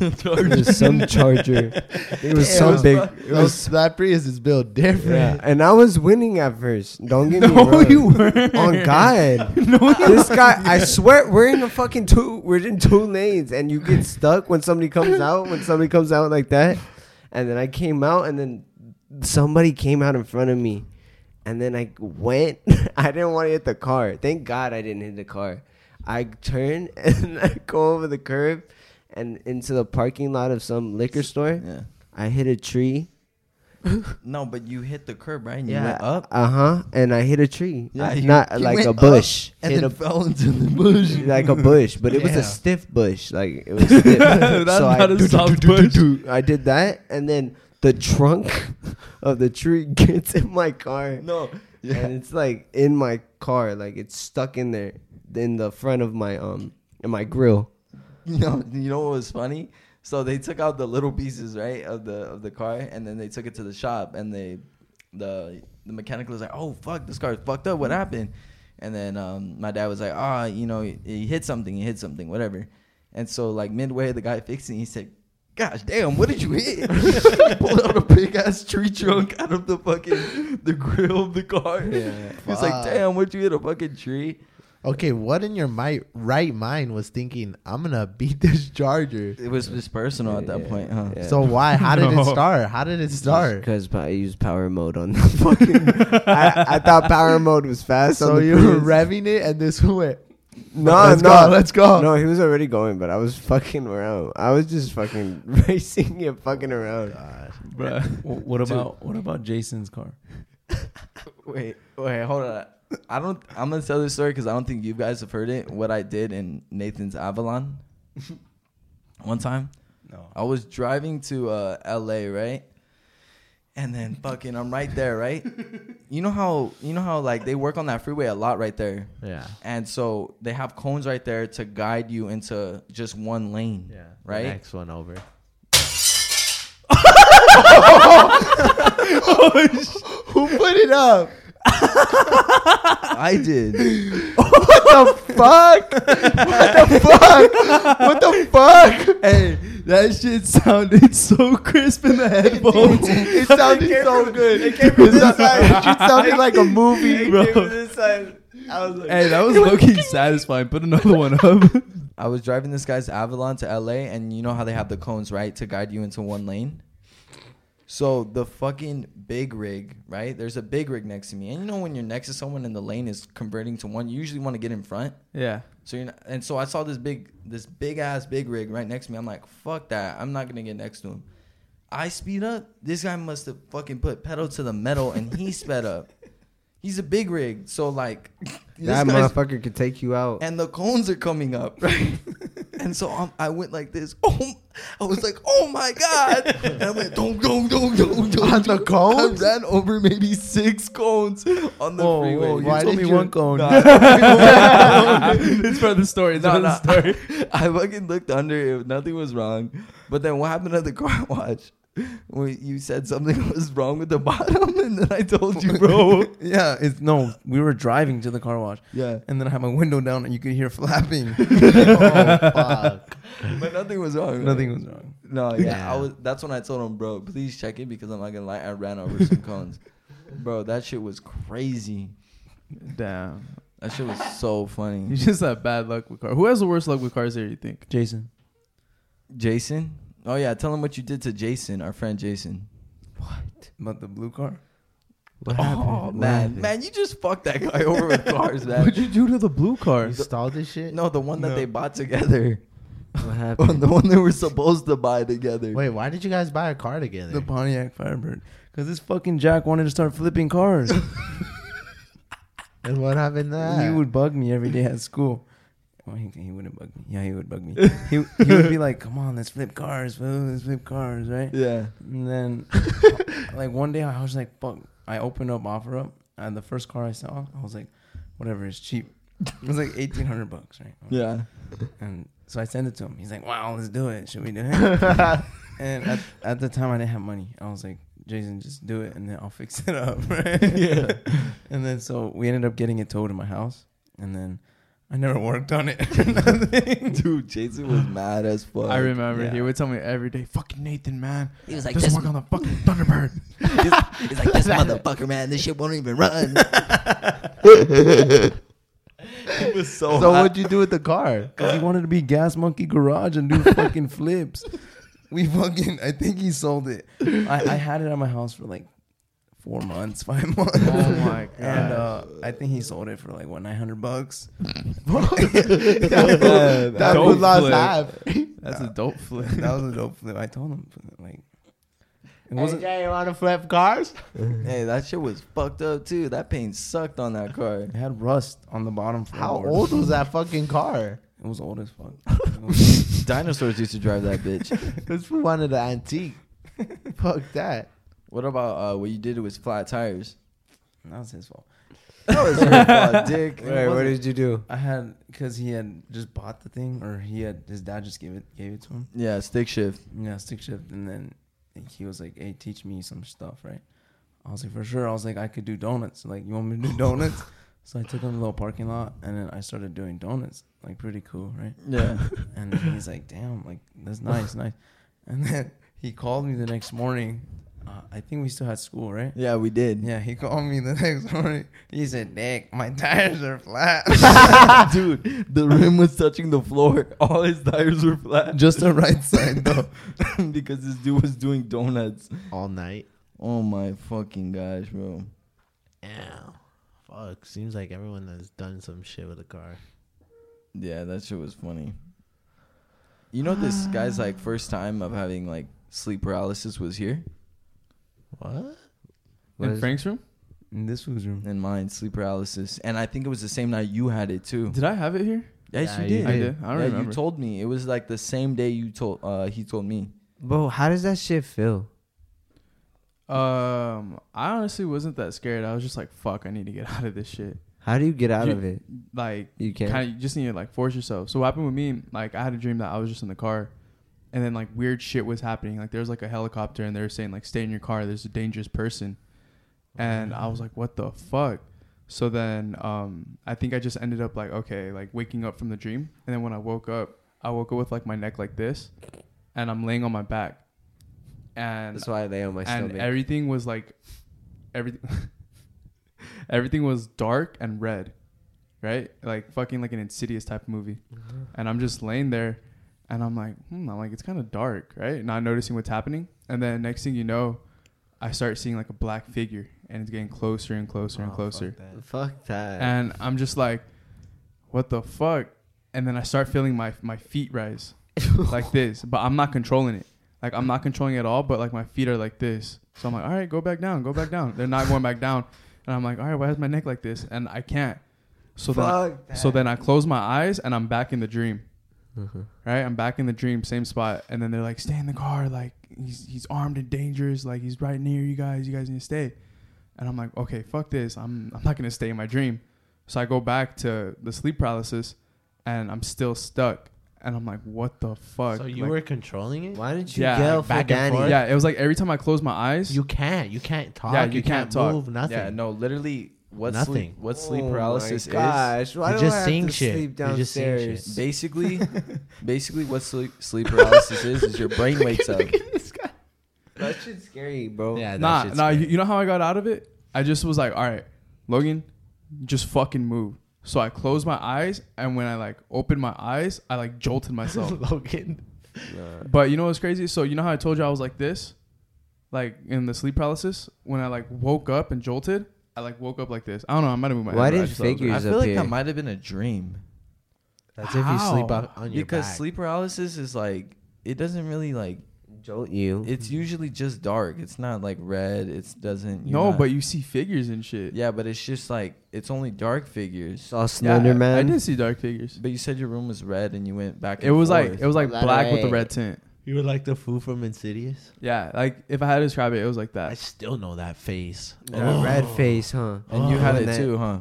Speaker 1: It was some charger. It was
Speaker 2: Damn,
Speaker 1: some big.
Speaker 2: That,
Speaker 1: It was
Speaker 2: that Prius is built
Speaker 1: yeah.
Speaker 2: different.
Speaker 1: And I was winning at first. Don't get me
Speaker 3: No,
Speaker 1: wrong.
Speaker 3: you weren't.
Speaker 1: On God,
Speaker 3: No,
Speaker 1: this guy. I swear, we're in the fucking two. We're in two lanes, and you get stuck when somebody comes out. When somebody comes out like that, and then I came out, and then somebody came out in front of me, and then I went. I didn't want to hit the car. Thank God I didn't hit the car. I turn and I go over the curb and into the parking lot of some liquor store.
Speaker 4: Yeah.
Speaker 1: I hit a tree.
Speaker 4: No, but you hit the curb, right? And
Speaker 1: Yeah.
Speaker 4: you went up.
Speaker 1: Uh huh. And I hit a tree.
Speaker 4: Yeah,
Speaker 1: Yeah,
Speaker 4: you-
Speaker 1: not
Speaker 4: you
Speaker 1: like
Speaker 4: went
Speaker 1: a
Speaker 4: up
Speaker 1: bush.
Speaker 4: and
Speaker 1: hit
Speaker 4: then
Speaker 1: a
Speaker 4: fell into the bush.
Speaker 1: like a bush, but it was
Speaker 2: Yeah.
Speaker 1: a stiff bush. Like it was stiff.
Speaker 3: That's
Speaker 1: so I,
Speaker 3: not a soft bush.
Speaker 1: I did that, and then the trunk of the tree gets in my car,
Speaker 4: no.
Speaker 1: and it's like in my car, like it's stuck in there, in the front of my um, in my grill.
Speaker 4: You know, you know what was funny? So they took out the little pieces, right, of the of the car, and then they took it to the shop, and they, the the mechanic was like, "Oh fuck, this car is fucked up.
Speaker 1: Mm-hmm.
Speaker 4: What happened?" And then um, my dad was like, "Ah, you know, he, he hit something. He hit something, whatever." And so like midway, the guy fixing, he said, "Gosh damn, what did you hit?" Pulled out a big ass tree trunk out of the fucking the grill of the car.
Speaker 1: Yeah.
Speaker 4: He was like,
Speaker 2: Fuck.
Speaker 4: "Damn, what you hit a fucking tree?"
Speaker 2: Okay, what in your mi- right mind was thinking? I'm gonna beat this Charger.
Speaker 4: It was just personal at that
Speaker 1: Yeah.
Speaker 4: point, huh?
Speaker 1: Yeah.
Speaker 2: So why? How did
Speaker 3: No.
Speaker 2: it start? How did it start?
Speaker 1: Because I used power mode on the fucking. I, I thought power mode was fast. on
Speaker 2: So
Speaker 1: the
Speaker 2: you were
Speaker 1: Prius.
Speaker 2: revving it, and this went.
Speaker 1: No,
Speaker 2: Let's
Speaker 1: no,
Speaker 2: go, let's go.
Speaker 1: No, he was already going, but I was fucking around. I was just fucking racing it, fucking around.
Speaker 4: Uh,
Speaker 3: Bruh.
Speaker 5: Wh- What about what about Jason's car?
Speaker 4: Wait, wait, hold on. I don't. I'm gonna tell this story because I don't think you guys have heard it. What I did in Nathan's Avalon. One time,
Speaker 5: No.
Speaker 4: I was driving to uh, L.A. right, and then fucking, I'm right there, right. you know how you know how like they work on that freeway a lot right there,
Speaker 2: Yeah.
Speaker 4: and so they have cones right there to guide you into just one lane. Right.
Speaker 2: Next one over. Who put it up?
Speaker 4: I did.
Speaker 2: What the fuck? What the fuck? What the fuck? Hey, that shit sounded so crisp in the headphones. it sounded so good. It came from this side. It sounded like a movie, bro.
Speaker 3: Hey, that was low-key satisfying. Put another one up.
Speaker 4: I was driving this guy's Avalon to LA, and you know how they have the cones, right, to guide you into one lane. So the fucking big rig, right? There's a big rig next to me, and you know when you're next to someone and the lane is converting to one, you usually want to get in front.
Speaker 3: yeah.
Speaker 4: So you're not, and so I saw this big, this big ass big rig right next to me. I'm like, fuck that, I'm not gonna get next to him. I speed up. This guy must have fucking put pedal to the metal, and he sped up. He's a big rig, so like this
Speaker 1: That
Speaker 4: guy's
Speaker 1: motherfucker could take you out.
Speaker 4: and the cones are coming up, right? and so I'm, I went like this. Oh, m- I was like, oh my god! And I went, don't, don't, don't, don't, don't.
Speaker 2: On the cones?
Speaker 4: I ran over maybe six cones on the
Speaker 5: Whoa,
Speaker 4: freeway.
Speaker 5: whoa, you
Speaker 2: Why
Speaker 5: told
Speaker 2: did
Speaker 5: me
Speaker 2: you-
Speaker 5: one cone.
Speaker 3: it's for the story. It's
Speaker 4: No,
Speaker 3: for
Speaker 4: no.
Speaker 3: the story.
Speaker 4: I fucking looked under. If nothing was wrong, but then what happened at the car wash? When you said something was wrong with the bottom, and then I told you, bro.
Speaker 5: yeah, it's no. We were driving to the car wash,
Speaker 4: yeah,
Speaker 5: and then I had my window down, and you could hear flapping.
Speaker 2: Oh, fuck.
Speaker 4: but nothing was wrong.
Speaker 5: Nothing was wrong.
Speaker 4: No, yeah,
Speaker 2: Yeah.
Speaker 4: I was. That's when I told him, bro, please check it because I'm not gonna lie, I ran over some cones, bro. That shit was crazy.
Speaker 3: Damn.
Speaker 4: That shit was so
Speaker 3: You
Speaker 4: funny.
Speaker 3: just have bad luck with cars. Who has the worst luck with cars here, you think?
Speaker 5: Jason,
Speaker 4: Jason, oh yeah, tell him what you did to Jason, our friend Jason.
Speaker 5: about the blue car.
Speaker 1: What
Speaker 4: Oh
Speaker 1: What
Speaker 4: man,
Speaker 1: happened?
Speaker 4: man, you just fucked that guy over with cars,
Speaker 3: What'd
Speaker 4: man.
Speaker 3: you do to the blue car?
Speaker 2: You stalled this shit?
Speaker 4: No, the one that
Speaker 5: No.
Speaker 4: they bought together,
Speaker 1: What happened?
Speaker 4: the one they were supposed to buy together.
Speaker 2: Wait, why did you guys buy a car together?
Speaker 5: The Pontiac Firebird. Because this fucking Jack wanted to start flipping cars.
Speaker 2: and what happened then?
Speaker 5: he would bug me every day at school. Well, he, he wouldn't bug me. Yeah, he would bug me. he, he would be like, come on, let's flip cars, fool. Let's flip cars, right?
Speaker 4: Yeah,
Speaker 5: And then, like, one day I was like, fuck. I opened up offer up, and the first car I saw, I was like, whatever, it's cheap. It was like 1800 bucks, right?
Speaker 4: yeah.
Speaker 5: And so I sent it to him. He's like, wow, let's do it. Should we do it? and at, at the time, I didn't have money. I was like, Jason, just do it and then I'll fix it up. Right?
Speaker 4: Yeah.
Speaker 5: and then so we ended up getting it towed to my house. And then I never worked on it. Nothing.
Speaker 4: Dude, Jason was mad as fuck.
Speaker 3: I remember
Speaker 5: yeah.
Speaker 3: he would tell me every day, "Fucking Nathan, man,
Speaker 4: He was like,
Speaker 3: just
Speaker 4: "This-
Speaker 3: work on the fucking Thunderbird."
Speaker 4: He's, he's like, this motherfucker, man, this shit won't even run. it was so,
Speaker 2: So
Speaker 4: hot.
Speaker 2: what'd you do with the car?
Speaker 5: Because he wanted to be Gas Monkey Garage and do fucking flips. We fucking, I think he sold it. I, I had it at my house for like four months, five months.
Speaker 3: Oh my
Speaker 5: And
Speaker 3: gosh.
Speaker 5: uh, I think he sold it for like what nine hundred bucks.
Speaker 2: that
Speaker 5: Yeah,
Speaker 2: fool- that
Speaker 3: don't
Speaker 2: fool lost
Speaker 3: flip.
Speaker 2: half.
Speaker 3: That's a dope flip.
Speaker 5: That was a dope flip. I told him like it wasn't.
Speaker 2: AJ, you want to flip cars?
Speaker 4: hey, that shit was fucked up too. That paint sucked on that car.
Speaker 5: It had rust on the bottom.
Speaker 2: How
Speaker 5: floorboard.
Speaker 2: old was that fucking car?
Speaker 5: It was old as fuck.
Speaker 4: Dinosaurs used to drive that bitch.
Speaker 2: This fool wanted an antique. Fuck that.
Speaker 4: What about uh, what you did was flat tires?
Speaker 5: that was his fault.
Speaker 4: That was your fault, dick.
Speaker 1: All right, what did you do?
Speaker 5: I had because he had just bought the thing, or he had his dad just gave it gave it to him.
Speaker 4: Yeah, stick shift.
Speaker 5: Yeah, stick shift, and then he was like, "Hey, teach me some stuff, right?" I was like, "For sure." I was like, "I could do donuts. Like, you want me to do donuts?" so I took him to the little parking lot, and then I started doing donuts. Like, pretty cool, right?
Speaker 4: Yeah.
Speaker 5: And then he's like, "Damn, like that's nice, nice." And then he called me the next morning. Uh, I think we still had school, right?
Speaker 4: Yeah, we did.
Speaker 5: Yeah, he called me the next morning. He said, "Dick, my tires are flat."
Speaker 4: Dude, the rim was touching the floor. All his tires were flat.
Speaker 5: Just the right side, though.
Speaker 4: because this dude was doing donuts.
Speaker 2: All night.
Speaker 4: Oh my fucking gosh, bro.
Speaker 2: Damn. Fuck. Seems like everyone has done some shit with a car.
Speaker 4: Yeah, that shit was funny. You know this guy's like first time of having like sleep paralysis was here
Speaker 2: What?
Speaker 1: What
Speaker 3: In
Speaker 1: is-
Speaker 3: Frank's room?
Speaker 5: In this food's room.
Speaker 4: in mine, sleep paralysis. And I think it was the same night you had it too.
Speaker 3: Did I have it here?
Speaker 4: Yes,
Speaker 2: Yeah,
Speaker 4: you
Speaker 2: you
Speaker 4: did.
Speaker 3: I did. I don't
Speaker 4: yeah,
Speaker 3: remember.
Speaker 4: you told me. It was like the same day you told uh he told me.
Speaker 1: Bro, how does that shit feel?
Speaker 3: um, I honestly wasn't that scared. I was just like, "Fuck, I need to get out of this shit."
Speaker 1: How do you get out
Speaker 3: You-
Speaker 1: of it?
Speaker 3: Like,
Speaker 1: You can't.
Speaker 3: kind of, you just need to like force yourself. So what happened with me? Like, I had a dream that I was just in the car, and then like weird shit was happening. Like, there was like a helicopter, and they were saying like, "Stay in your car. There's a dangerous person." And I was like, "What the fuck?" So then, um, I think I just ended up like, okay, like waking up from the dream, and then when I woke up, I woke up with like my neck like this, and I'm laying on my back, and
Speaker 1: That's why I lay on my
Speaker 3: and
Speaker 1: stomach.
Speaker 3: everything was like everything everything was dark and red right like fucking like an insidious type of movie and i'm just laying there and i'm like hmm i'm like it's kind of dark right not noticing what's happening and then next thing you know i start seeing like a black figure and it's getting closer and closer and closer
Speaker 1: Fuck that.
Speaker 3: and i'm just like what the fuck and then i start feeling my my feet rise like this, but I'm not controlling it. Like I'm not controlling it at all, but like my feet are like this. So I'm like, all right, go back down, go back down. They're not going back down, and I'm like, all right, why is my neck like this? And I can't. So
Speaker 1: Fuck
Speaker 3: then, so then I close my eyes and I'm back in the dream.
Speaker 2: Uh-huh.
Speaker 1: Mhm.
Speaker 3: Right, I'm back in the dream, same spot, and then they're like, stay in the car. Like he's he's armed and dangerous. Like he's right near you guys. You guys need to stay. And I'm like, okay, fuck this. I'm I'm not gonna stay in my dream. So I go back to the sleep paralysis, and I'm still stuck. And I'm like, what the fuck?
Speaker 2: So you
Speaker 3: Like,
Speaker 2: were controlling it?
Speaker 1: Why didn't you
Speaker 3: Yeah,
Speaker 1: yell
Speaker 3: like
Speaker 1: for
Speaker 2: back and
Speaker 1: Danny?
Speaker 2: forth.
Speaker 3: Yeah, it was like every time I closed my eyes,
Speaker 2: You can't. You can't talk.
Speaker 3: Yeah,
Speaker 2: you,
Speaker 3: you
Speaker 2: can't,
Speaker 3: can't talk.
Speaker 2: move. Nothing.
Speaker 4: Yeah, no, literally what
Speaker 2: Nothing.
Speaker 4: sleep what sleep
Speaker 1: Oh
Speaker 4: paralysis
Speaker 1: my
Speaker 4: is
Speaker 1: gosh, why
Speaker 2: You're
Speaker 1: do
Speaker 2: just
Speaker 1: I have
Speaker 2: seeing
Speaker 1: to
Speaker 2: shit.
Speaker 1: sleep
Speaker 2: You're just seeing shit.
Speaker 1: downstairs?
Speaker 4: Basically, basically, what sleep, sleep paralysis is is your brain wakes up.
Speaker 1: That shit's scary, bro.
Speaker 2: Yeah, that
Speaker 3: nah,
Speaker 2: shit's
Speaker 3: nah. You,
Speaker 2: scary.
Speaker 3: you know how I got out of it? I just was like, all right, Logan, just fucking move. So I closed my eyes, and when I like opened my eyes, I like jolted myself.
Speaker 2: Logan.
Speaker 3: but you know what's crazy? So you know how I told you I was like this, like in the sleep paralysis. When I like woke up and jolted, I like woke up like this. I don't know. I might have moved my.
Speaker 1: Why
Speaker 3: head, but I
Speaker 1: did
Speaker 3: just thought it was
Speaker 1: figures-
Speaker 3: weird.
Speaker 4: I
Speaker 1: He's
Speaker 4: feel
Speaker 1: up
Speaker 4: like
Speaker 1: here.
Speaker 4: that might have been a dream
Speaker 2: That's if you sleep
Speaker 3: How?
Speaker 2: out on your
Speaker 4: because
Speaker 2: back.
Speaker 4: sleep paralysis is like it doesn't really like
Speaker 1: Jolt you.
Speaker 4: it's usually just dark. It's not like red. It doesn't. you're
Speaker 3: No,
Speaker 4: not-
Speaker 3: but you see figures and shit.
Speaker 4: yeah, but it's just like it's only dark figures.
Speaker 1: saw
Speaker 3: Yeah,
Speaker 1: Slender
Speaker 3: I- I,
Speaker 1: Man.
Speaker 3: did see dark figures.
Speaker 4: But you said your room was red and you went back. And
Speaker 3: It was like
Speaker 4: forth.
Speaker 3: it was like
Speaker 1: Let
Speaker 3: black with the
Speaker 1: it-
Speaker 3: red tint.
Speaker 2: you were like the fool from Insidious.
Speaker 3: Yeah, like if I had to describe it, it was like
Speaker 2: I
Speaker 3: that.
Speaker 2: still know that face.
Speaker 1: Yeah,
Speaker 2: Oh.
Speaker 1: Red face, huh?
Speaker 4: and you had
Speaker 1: Oh,
Speaker 4: it
Speaker 1: that-
Speaker 4: too, huh?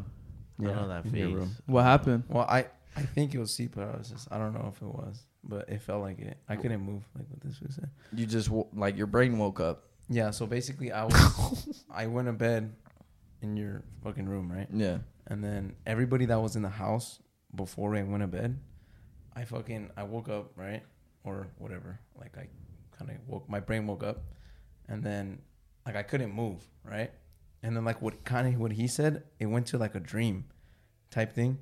Speaker 2: I know that
Speaker 3: in your
Speaker 2: face.
Speaker 3: room. What happened?
Speaker 5: Well, I I think it was sleep paralysis. I don't know if it was, but it felt like it. I couldn't move, like what this was said.
Speaker 4: You just wo- like your brain woke up.
Speaker 5: Yeah. So basically, I was I went to bed in your fucking room, right?
Speaker 4: Yeah.
Speaker 5: And then everybody that was in the house before I went to bed, I fucking I woke up right or whatever. Like I kind of woke. My brain woke up, and then like I couldn't move right, and then like what kind of what he said, it went to like a dream type thing,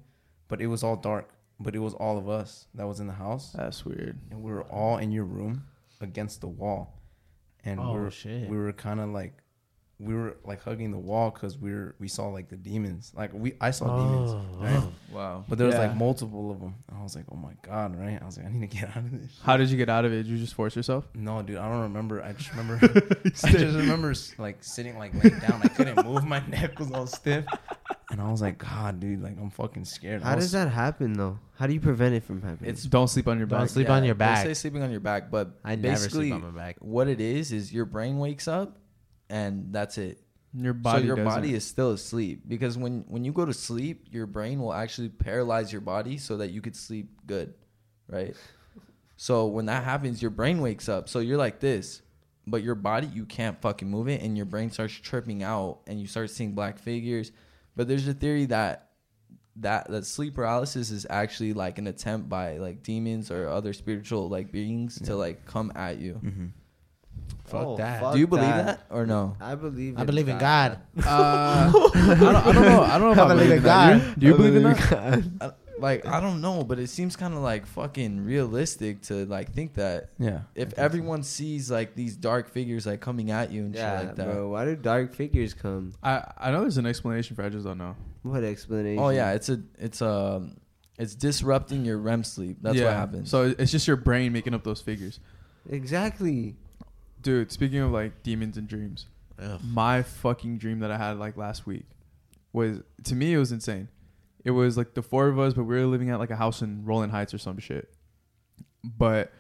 Speaker 5: but it was all dark. But it was all of us that was in the house
Speaker 3: That's weird.
Speaker 5: and we were all in your room against the wall, and
Speaker 2: Oh,
Speaker 5: we were
Speaker 2: shit.
Speaker 5: we were kind of like we were like hugging the wall because we were we saw like the demons like we I saw
Speaker 2: Oh.
Speaker 5: demons, right?
Speaker 4: Wow.
Speaker 5: but there was
Speaker 3: Yeah.
Speaker 5: like multiple of them. And I was like, oh my god, right? I was like, I need to get out of this.
Speaker 3: How did you get out of it? Did you just force yourself?
Speaker 5: No, dude, I don't remember. I just remember. I just remember like sitting like laying down. I couldn't move. My neck was all stiff, and I was like, God, dude, like I'm fucking scared. I
Speaker 1: How
Speaker 5: was-
Speaker 1: does that happen though? How do you prevent it from happening?
Speaker 4: It's
Speaker 3: Don't sleep on your
Speaker 2: Don't
Speaker 3: back.
Speaker 2: sleep on your
Speaker 4: they
Speaker 2: back.
Speaker 4: say sleeping on your back, but
Speaker 2: I never
Speaker 4: basically
Speaker 2: sleep on my back.
Speaker 4: what it is is your brain wakes up and that's it.
Speaker 3: Your body.
Speaker 4: so your
Speaker 3: doesn't.
Speaker 4: body is still asleep because when when you go to sleep, your brain will actually paralyze your body so that you could sleep good, right? So when that happens, your brain wakes up. So you're like this, but your body you can't fucking move it, and your brain starts tripping out, and you start seeing black figures. But there's a theory that that that sleep paralysis is actually like an attempt by like demons or other spiritual like beings to like come at you.
Speaker 5: Mm. Mm-hmm.
Speaker 2: Fuck that.
Speaker 4: Do you believe Oh, that or no?
Speaker 1: I believe.
Speaker 2: I believe in God.
Speaker 3: Uh, I, don't, I don't know. I don't know if I believe in that. You- Do you believe in that?
Speaker 4: I- like I don't know, but it seems kind of like fucking realistic to like think that
Speaker 5: yeah.
Speaker 4: if everyone sees like these dark figures like coming at you and
Speaker 1: Yeah,
Speaker 4: shit like that.
Speaker 1: bro. Why do dark figures come?
Speaker 3: I, I know there's an explanation for it. I just don't know.
Speaker 1: What explanation?
Speaker 4: Oh yeah, it's a it's a it's disrupting your REM sleep. That's
Speaker 3: Yeah.
Speaker 4: what happens.
Speaker 3: So it's just your brain making up those figures.
Speaker 1: exactly.
Speaker 3: Dude, speaking of like demons and dreams,
Speaker 2: Ugh.
Speaker 3: my fucking dream that I had like last week was to me it was insane. It was like the four of us, but we were living at like a house in Rolling Heights or some shit. But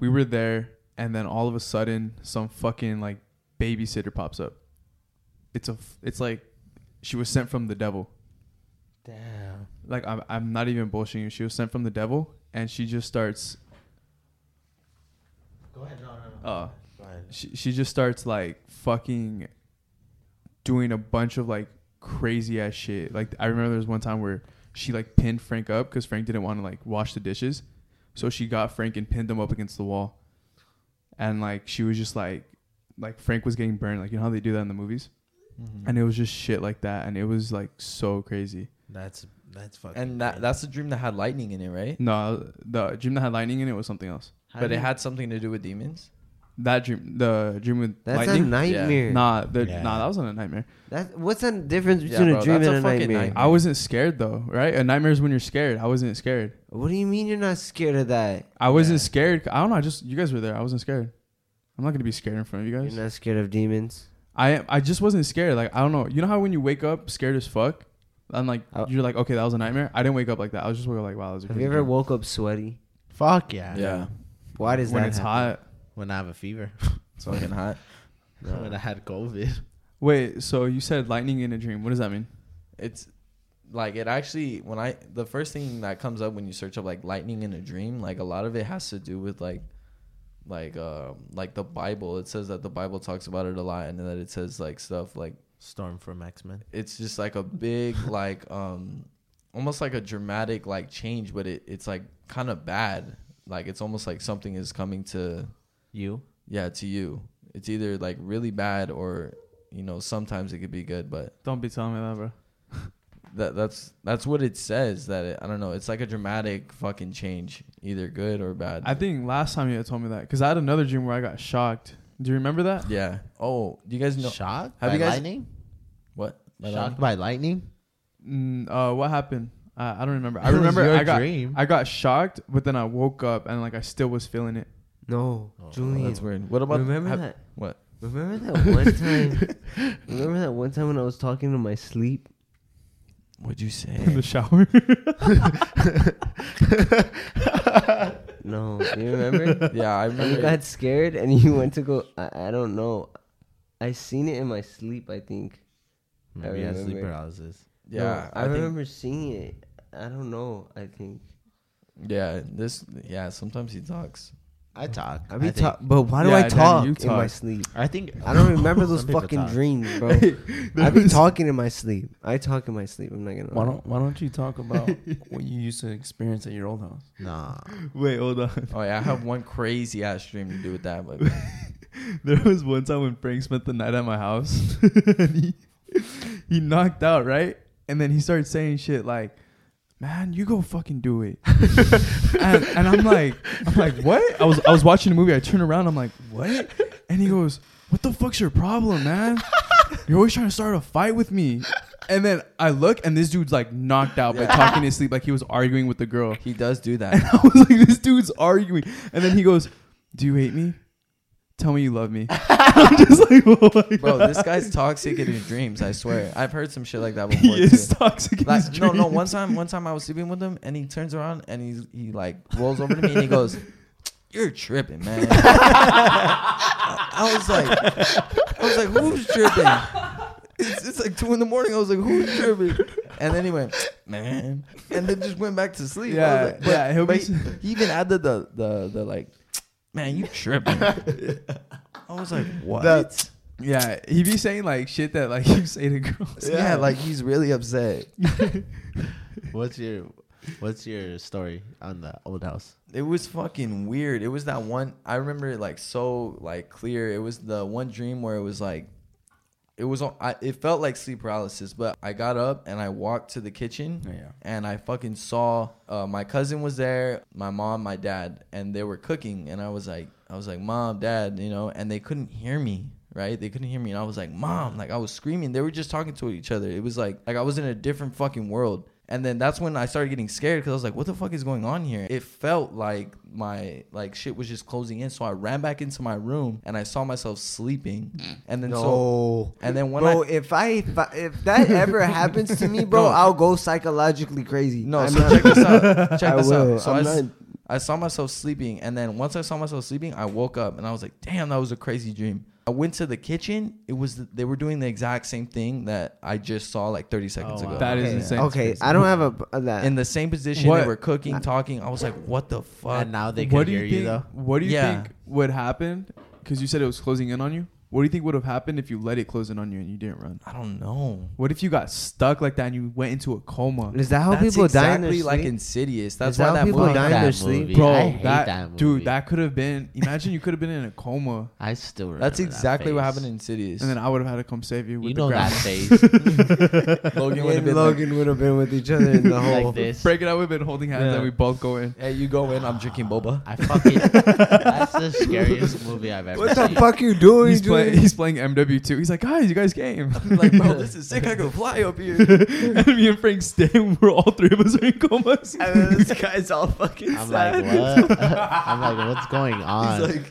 Speaker 3: we were there, and then all of a sudden, some fucking like babysitter pops up. It's a, f- it's like she was sent from the devil.
Speaker 2: Damn.
Speaker 3: Like I'm, I'm not even bullshitting you. She was sent from the devil, and she just starts
Speaker 2: Go ahead. No, no, no.
Speaker 3: uh, she, she just starts like fucking doing a bunch of like crazy ass shit. Like I remember there was one time where she like pinned Frank up because Frank didn't want to like wash the dishes, so she got Frank and pinned him up against the wall, and like she was just like like Frank was getting burned. Like you know how they do that in the movies, and it was just shit like that, and it was like so crazy.
Speaker 2: That's that's fucking.
Speaker 4: and that that's a dream that had lightning in it, right?
Speaker 3: No, the dream that had lightning in it was something else.
Speaker 1: How
Speaker 4: but
Speaker 1: do
Speaker 4: it
Speaker 1: you-
Speaker 4: had something to do with demons.
Speaker 3: That dream, the dream with
Speaker 1: That's a
Speaker 3: lightning.
Speaker 1: nightmare.
Speaker 3: Nah, the,
Speaker 2: Yeah.
Speaker 3: nah, that wasn't a nightmare.
Speaker 1: That what's the difference
Speaker 4: Yeah,
Speaker 1: between
Speaker 4: bro,
Speaker 1: a dream
Speaker 4: that's a
Speaker 1: and a,
Speaker 4: fucking
Speaker 1: nightmare?
Speaker 4: nightmare.
Speaker 3: I wasn't scared though, right? A nightmare is when you're scared. I wasn't scared.
Speaker 1: What do you mean you're not scared of that?
Speaker 3: I wasn't scared. I don't know. I just you guys were there. I wasn't scared. I'm not gonna be scared in front of you
Speaker 1: You're
Speaker 3: guys.
Speaker 1: not scared of demons.
Speaker 3: I I just wasn't scared. Like I don't know. You know how when you wake up scared as fuck, I'm like
Speaker 1: I-
Speaker 3: you're like okay that was a nightmare. I didn't wake up like that. I was just woke up like wow. That was a
Speaker 1: Oh. Have
Speaker 3: crazy
Speaker 1: you ever
Speaker 3: dream.
Speaker 1: woke up sweaty?
Speaker 2: fuck yeah.
Speaker 1: Why does
Speaker 3: when
Speaker 1: that
Speaker 3: it's
Speaker 1: happen?
Speaker 3: hot?
Speaker 2: When I have a fever.
Speaker 4: It's fucking hot.
Speaker 2: when I had COVID.
Speaker 3: Wait. So you said lightning in a dream. What does that mean?
Speaker 4: It's like it actually when I the first thing that comes up when you search up like lightning in a dream, like a lot of it has to do with like like uh like the Bible. It says that the Bible talks about it a lot and that it says like stuff like
Speaker 2: Storm from X Men.
Speaker 4: it's just like a big like um almost like a dramatic like change but it, it's like kind of bad like it's almost like something is coming to
Speaker 2: You.
Speaker 4: yeah to you it's either like really bad or you know sometimes it could be good but
Speaker 3: Don't be telling me that, bro.
Speaker 4: that that's that's what it says that it, i don't know it's like a dramatic fucking change either good or bad
Speaker 3: I think last time you had told me that because I had another dream where I got shocked. Do you remember that?
Speaker 4: yeah oh do you guys know
Speaker 2: Shocked
Speaker 4: Have
Speaker 2: by
Speaker 4: you guys-
Speaker 2: lightning.
Speaker 4: what
Speaker 2: Shocked by lightning.
Speaker 3: Mm, uh, what happened? I, I don't remember. I
Speaker 2: It was
Speaker 3: remember
Speaker 2: your
Speaker 3: I got
Speaker 2: dream.
Speaker 3: I got shocked, but then I woke up and like I still was feeling it.
Speaker 1: No, Julian.
Speaker 4: that's weird what about
Speaker 1: remember
Speaker 4: have-
Speaker 1: that?
Speaker 4: what
Speaker 1: Remember that one time? remember that one time when I was talking to my sleep?
Speaker 4: what'd you say
Speaker 3: In the shower.
Speaker 1: No, you remember?
Speaker 4: yeah i
Speaker 1: And you
Speaker 4: remember
Speaker 1: got scared and you went to go. I, I don't know. I seen it in my sleep. I think.
Speaker 2: Maybe I had sleep
Speaker 1: remember.
Speaker 2: paralysis.
Speaker 4: yeah
Speaker 1: No, I,
Speaker 4: think-
Speaker 1: remember seeing it. I don't know. I think.
Speaker 4: Yeah, this yeah, sometimes he talks.
Speaker 2: I talk.
Speaker 1: I be
Speaker 2: think.
Speaker 1: talk, but why do
Speaker 3: Yeah,
Speaker 1: I
Speaker 3: Danny,
Speaker 1: talk
Speaker 3: you
Speaker 1: in my
Speaker 3: talk.
Speaker 1: sleep?
Speaker 2: I think
Speaker 1: I don't remember those
Speaker 2: Some people
Speaker 1: fucking
Speaker 2: talk.
Speaker 1: dreams, bro. I be talking in my sleep. I talk in my sleep. I'm not gonna.
Speaker 5: Why
Speaker 1: lie.
Speaker 5: don't Why don't you talk about what you used to experience at your old house?
Speaker 2: Nah.
Speaker 3: Wait, hold on.
Speaker 4: Oh yeah, I have one crazy ass dream to do with that. But
Speaker 3: There was one time when Frank spent the night at my house. and he, he knocked out, right? And then he started saying shit like, "Man, you go fucking do it." and, and I'm like, I'm like, what? I was I was watching a movie. I turn around. I'm like, what? And he goes, "What the fuck's your problem, man? You're always trying to start a fight with me." And then I look, and this dude's like knocked out, but talking in his sleep, like he was arguing with the girl.
Speaker 4: he does do
Speaker 3: And
Speaker 4: that.
Speaker 3: I was like, this dude's arguing. And then he goes, Do you hate me? Tell me you love me. I'm just like, oh my
Speaker 4: Bro,
Speaker 3: God.
Speaker 4: this guy's toxic in his dreams. I swear, I've heard some shit like that before.
Speaker 3: He is
Speaker 4: too.
Speaker 3: toxic. in
Speaker 4: Like,
Speaker 3: his
Speaker 4: no, no.
Speaker 3: dreams.
Speaker 4: One time, one time I was sleeping with him, and he turns around and he's he like rolls over to me and he goes, "You're tripping, man." I was like, I was like, who's tripping? It's, it's like two in the morning. I was like, who's tripping? And then he went, man, and then just went back to sleep. I was
Speaker 3: Yeah,
Speaker 4: like,
Speaker 3: yeah, he'll
Speaker 4: but
Speaker 3: be-
Speaker 4: he, he even added the the the like, man, you tripping. I was like, what?
Speaker 2: That's-
Speaker 3: Yeah, he be saying like shit that like you say to girls.
Speaker 4: yeah, like he's really upset.
Speaker 2: What's your What's your story on the old house?
Speaker 4: It was fucking weird. It was that one. I remember it like so like clear. It was the one dream where it was like, it was. on- I, it felt like sleep paralysis, but I got up and I walked to the kitchen.
Speaker 5: Oh, yeah.
Speaker 4: And I fucking saw uh, my cousin was there, my mom, my dad, and they were cooking. And I was like, I was like, mom, dad, you know, and they couldn't hear me. Right? They couldn't hear me, and I was like, mom, like I was screaming. They were just talking to each other. It was like, like I was in a different fucking world. And then that's when I started getting scared because I was like, what the fuck is going on here? It felt like my like shit was just closing in. So I ran back into my room and I saw myself sleeping.
Speaker 5: Mm.
Speaker 4: And then so
Speaker 1: No.
Speaker 4: and then when
Speaker 1: bro,
Speaker 4: I
Speaker 1: if I if, I- if that ever happens to me, bro,
Speaker 4: No.
Speaker 1: I'll go psychologically crazy.
Speaker 4: no,
Speaker 1: I'm
Speaker 4: so
Speaker 1: not-
Speaker 4: check this out. Check
Speaker 1: I
Speaker 4: this
Speaker 1: will.
Speaker 4: out. So
Speaker 1: I'm
Speaker 4: I, s-
Speaker 1: not-
Speaker 4: I saw myself sleeping, and then once I saw myself sleeping, I woke up and I was like, damn, that was a crazy dream. I went to the kitchen. It was they were doing the exact same thing that I just saw like 30 seconds
Speaker 2: Oh, wow.
Speaker 4: ago.
Speaker 3: That is
Speaker 1: okay,
Speaker 3: insane.
Speaker 1: Okay, I don't have a a that.
Speaker 4: in the same position
Speaker 3: What?
Speaker 4: they were cooking, talking. I was like, what the fuck?
Speaker 2: and now they
Speaker 3: what
Speaker 2: can
Speaker 3: do
Speaker 2: hear
Speaker 3: you
Speaker 2: you,
Speaker 3: think?
Speaker 2: though.
Speaker 3: what do you
Speaker 4: Yeah.
Speaker 3: think would happen? Because you said it was closing in on you. What do you think would have happened if you let it close in on you and you didn't run?
Speaker 4: I don't know.
Speaker 3: What if you got stuck like that and you went into a coma?
Speaker 1: is that how
Speaker 4: That's
Speaker 1: people die in their
Speaker 4: exactly
Speaker 1: sleep?
Speaker 4: like Insidious. That's
Speaker 1: Is
Speaker 4: why
Speaker 1: that
Speaker 4: that,
Speaker 1: how people
Speaker 4: movie-
Speaker 1: die in
Speaker 2: That
Speaker 1: their sleep?
Speaker 2: movie.
Speaker 3: Bro,
Speaker 2: I hate
Speaker 3: that,
Speaker 2: that movie.
Speaker 3: dude, that could have been. Imagine you could have been in a coma,
Speaker 2: I still remember
Speaker 4: That's
Speaker 2: that
Speaker 4: exactly what
Speaker 2: face.
Speaker 4: happened in Insidious.
Speaker 3: and then I would have had to come save you. With
Speaker 2: You
Speaker 3: the
Speaker 2: know that
Speaker 3: grandma.
Speaker 2: face.
Speaker 4: Logan
Speaker 1: Me
Speaker 4: would have
Speaker 1: and
Speaker 4: been like,
Speaker 1: Logan would have been with each other in the whole.
Speaker 2: like this.
Speaker 3: Break it out. We've been holding hands,
Speaker 4: Yeah.
Speaker 3: and we both go in.
Speaker 4: "Hey, you go in. I'm drinking boba."
Speaker 2: I fucking. that's the scariest movie I've ever
Speaker 1: What the
Speaker 2: seen.
Speaker 1: fuck you doing,
Speaker 3: He's, play,
Speaker 1: dude?
Speaker 3: he's playing MW2. He's like, guys, you guys game.
Speaker 4: like, bro, this is sick. I could fly up here.
Speaker 3: and me and Frank stay. We're all three of us are in comas.
Speaker 1: And then this guy's all fucking
Speaker 2: I'm like, what? I'm like, what's going on? I'm,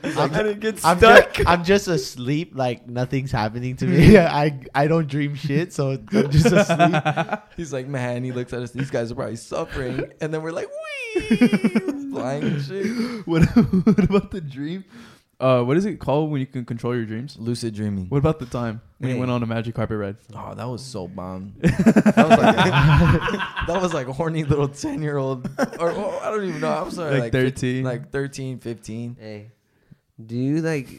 Speaker 1: get
Speaker 2: I'm just, I'm just asleep, like nothing's happening to me. I I don't dream shit, so I'm just asleep.
Speaker 4: He's like, man. He looks at us. These guys are probably suffering. And then we're like, wee, flying and shit.
Speaker 3: what, what about the dream? Uh, what is it called when you can control your dreams?
Speaker 4: Lucid dreaming.
Speaker 3: What about the time when you
Speaker 4: Hey.
Speaker 3: went on a magic carpet ride?
Speaker 4: Oh, that was so bomb. that was like, that was like a horny little ten year old, or oh, I don't even know. I'm sorry,
Speaker 3: Like
Speaker 4: like, fif-
Speaker 3: 13.
Speaker 4: like 13, 15.
Speaker 1: Hey, do you like?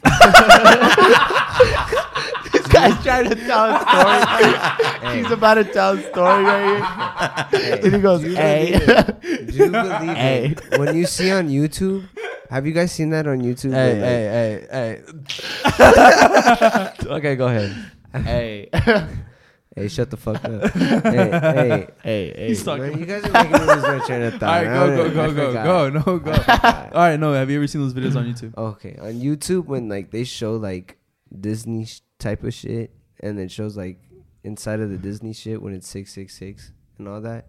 Speaker 2: this guy's trying to tell a story. He's about to tell a story right here. and he goes,
Speaker 1: you
Speaker 2: "Hey,
Speaker 1: Do you believe
Speaker 2: Hey.
Speaker 1: it? When you see on YouTube, have you guys seen that on YouTube?
Speaker 4: Hey,
Speaker 1: Where, like,
Speaker 4: hey, hey, hey. okay, go ahead.
Speaker 2: hey,
Speaker 1: hey, shut the fuck up. hey, hey.
Speaker 2: hey, hey."
Speaker 3: He's talking.
Speaker 1: Man, you guys are making me lose my train of
Speaker 3: All
Speaker 1: thought.
Speaker 3: right,
Speaker 1: I
Speaker 3: go,
Speaker 1: don't- I
Speaker 3: go, go,
Speaker 1: forgot.
Speaker 3: go, go, no, go. All right, no. Have you ever seen those videos on YouTube?
Speaker 1: Okay, on YouTube when like they show like Disney sh- type of shit, and it shows like inside of the Disney shit when it's six six six and all that.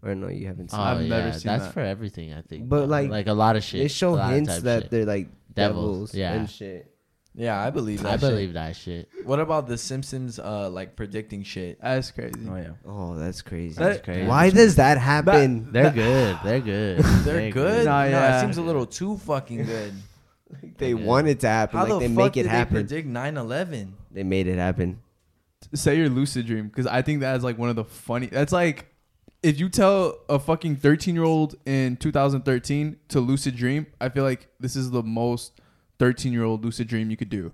Speaker 1: Or no, you haven't seen.
Speaker 2: Oh,
Speaker 1: it.
Speaker 3: I've
Speaker 2: yeah,
Speaker 3: never seen
Speaker 2: that's
Speaker 3: that.
Speaker 2: for everything, I think.
Speaker 1: But,
Speaker 2: though.
Speaker 1: like,
Speaker 2: like a lot of shit.
Speaker 1: They show
Speaker 2: a lot of
Speaker 1: hints
Speaker 2: type
Speaker 1: that
Speaker 2: shit.
Speaker 1: they're like
Speaker 2: Devils,
Speaker 1: devils,
Speaker 2: yeah.
Speaker 1: and shit.
Speaker 4: Yeah, I believe that.
Speaker 2: I
Speaker 4: shit.
Speaker 2: believe that shit.
Speaker 4: What about the Simpsons? Uh, like predicting shit.
Speaker 3: That's crazy.
Speaker 5: Oh yeah.
Speaker 1: Oh, that's crazy.
Speaker 2: That's crazy.
Speaker 1: Why does that happen?
Speaker 2: They're good. They're good.
Speaker 4: They're good.
Speaker 3: Nah, yeah.
Speaker 4: it seems a little too fucking good.
Speaker 1: they
Speaker 2: Yeah.
Speaker 1: want it to happen.
Speaker 4: How
Speaker 1: like
Speaker 4: the
Speaker 1: they
Speaker 4: fuck
Speaker 1: make it
Speaker 4: did
Speaker 1: happen.
Speaker 4: they predict 9/11?
Speaker 1: they made it happen.
Speaker 3: Say your lucid dream because I think that is like one of the funny. That's like if you tell a fucking 13 year old in 2013 to lucid dream, I feel like this is the most 13 year old lucid dream you could do.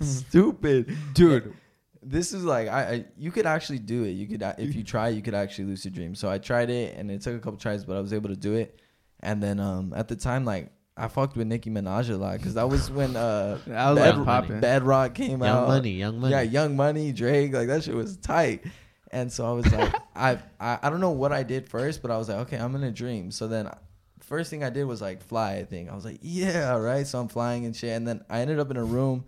Speaker 4: Stupid,
Speaker 3: Dude.
Speaker 4: This is like I, I you could actually do it. You could a- if you try, you could actually lucid dream. So I tried it, and it took a couple tries, but I was able to do it. And then um at the time, like I fucked with Nicki Minaj a lot because that was when uh
Speaker 3: That was
Speaker 4: Bad,
Speaker 3: like popping.
Speaker 4: Bad Rock came
Speaker 2: Young
Speaker 4: out.
Speaker 2: Money, Young Money.
Speaker 4: Uh, Yeah, Young Money, Drake, like that shit was tight. And so I was like, I, I I don't know what I did first, but I was like, okay, I'm in a dream. So then, first thing I did was like fly. I think I was like, yeah, all right. So I'm flying and shit. And then I ended up in a room,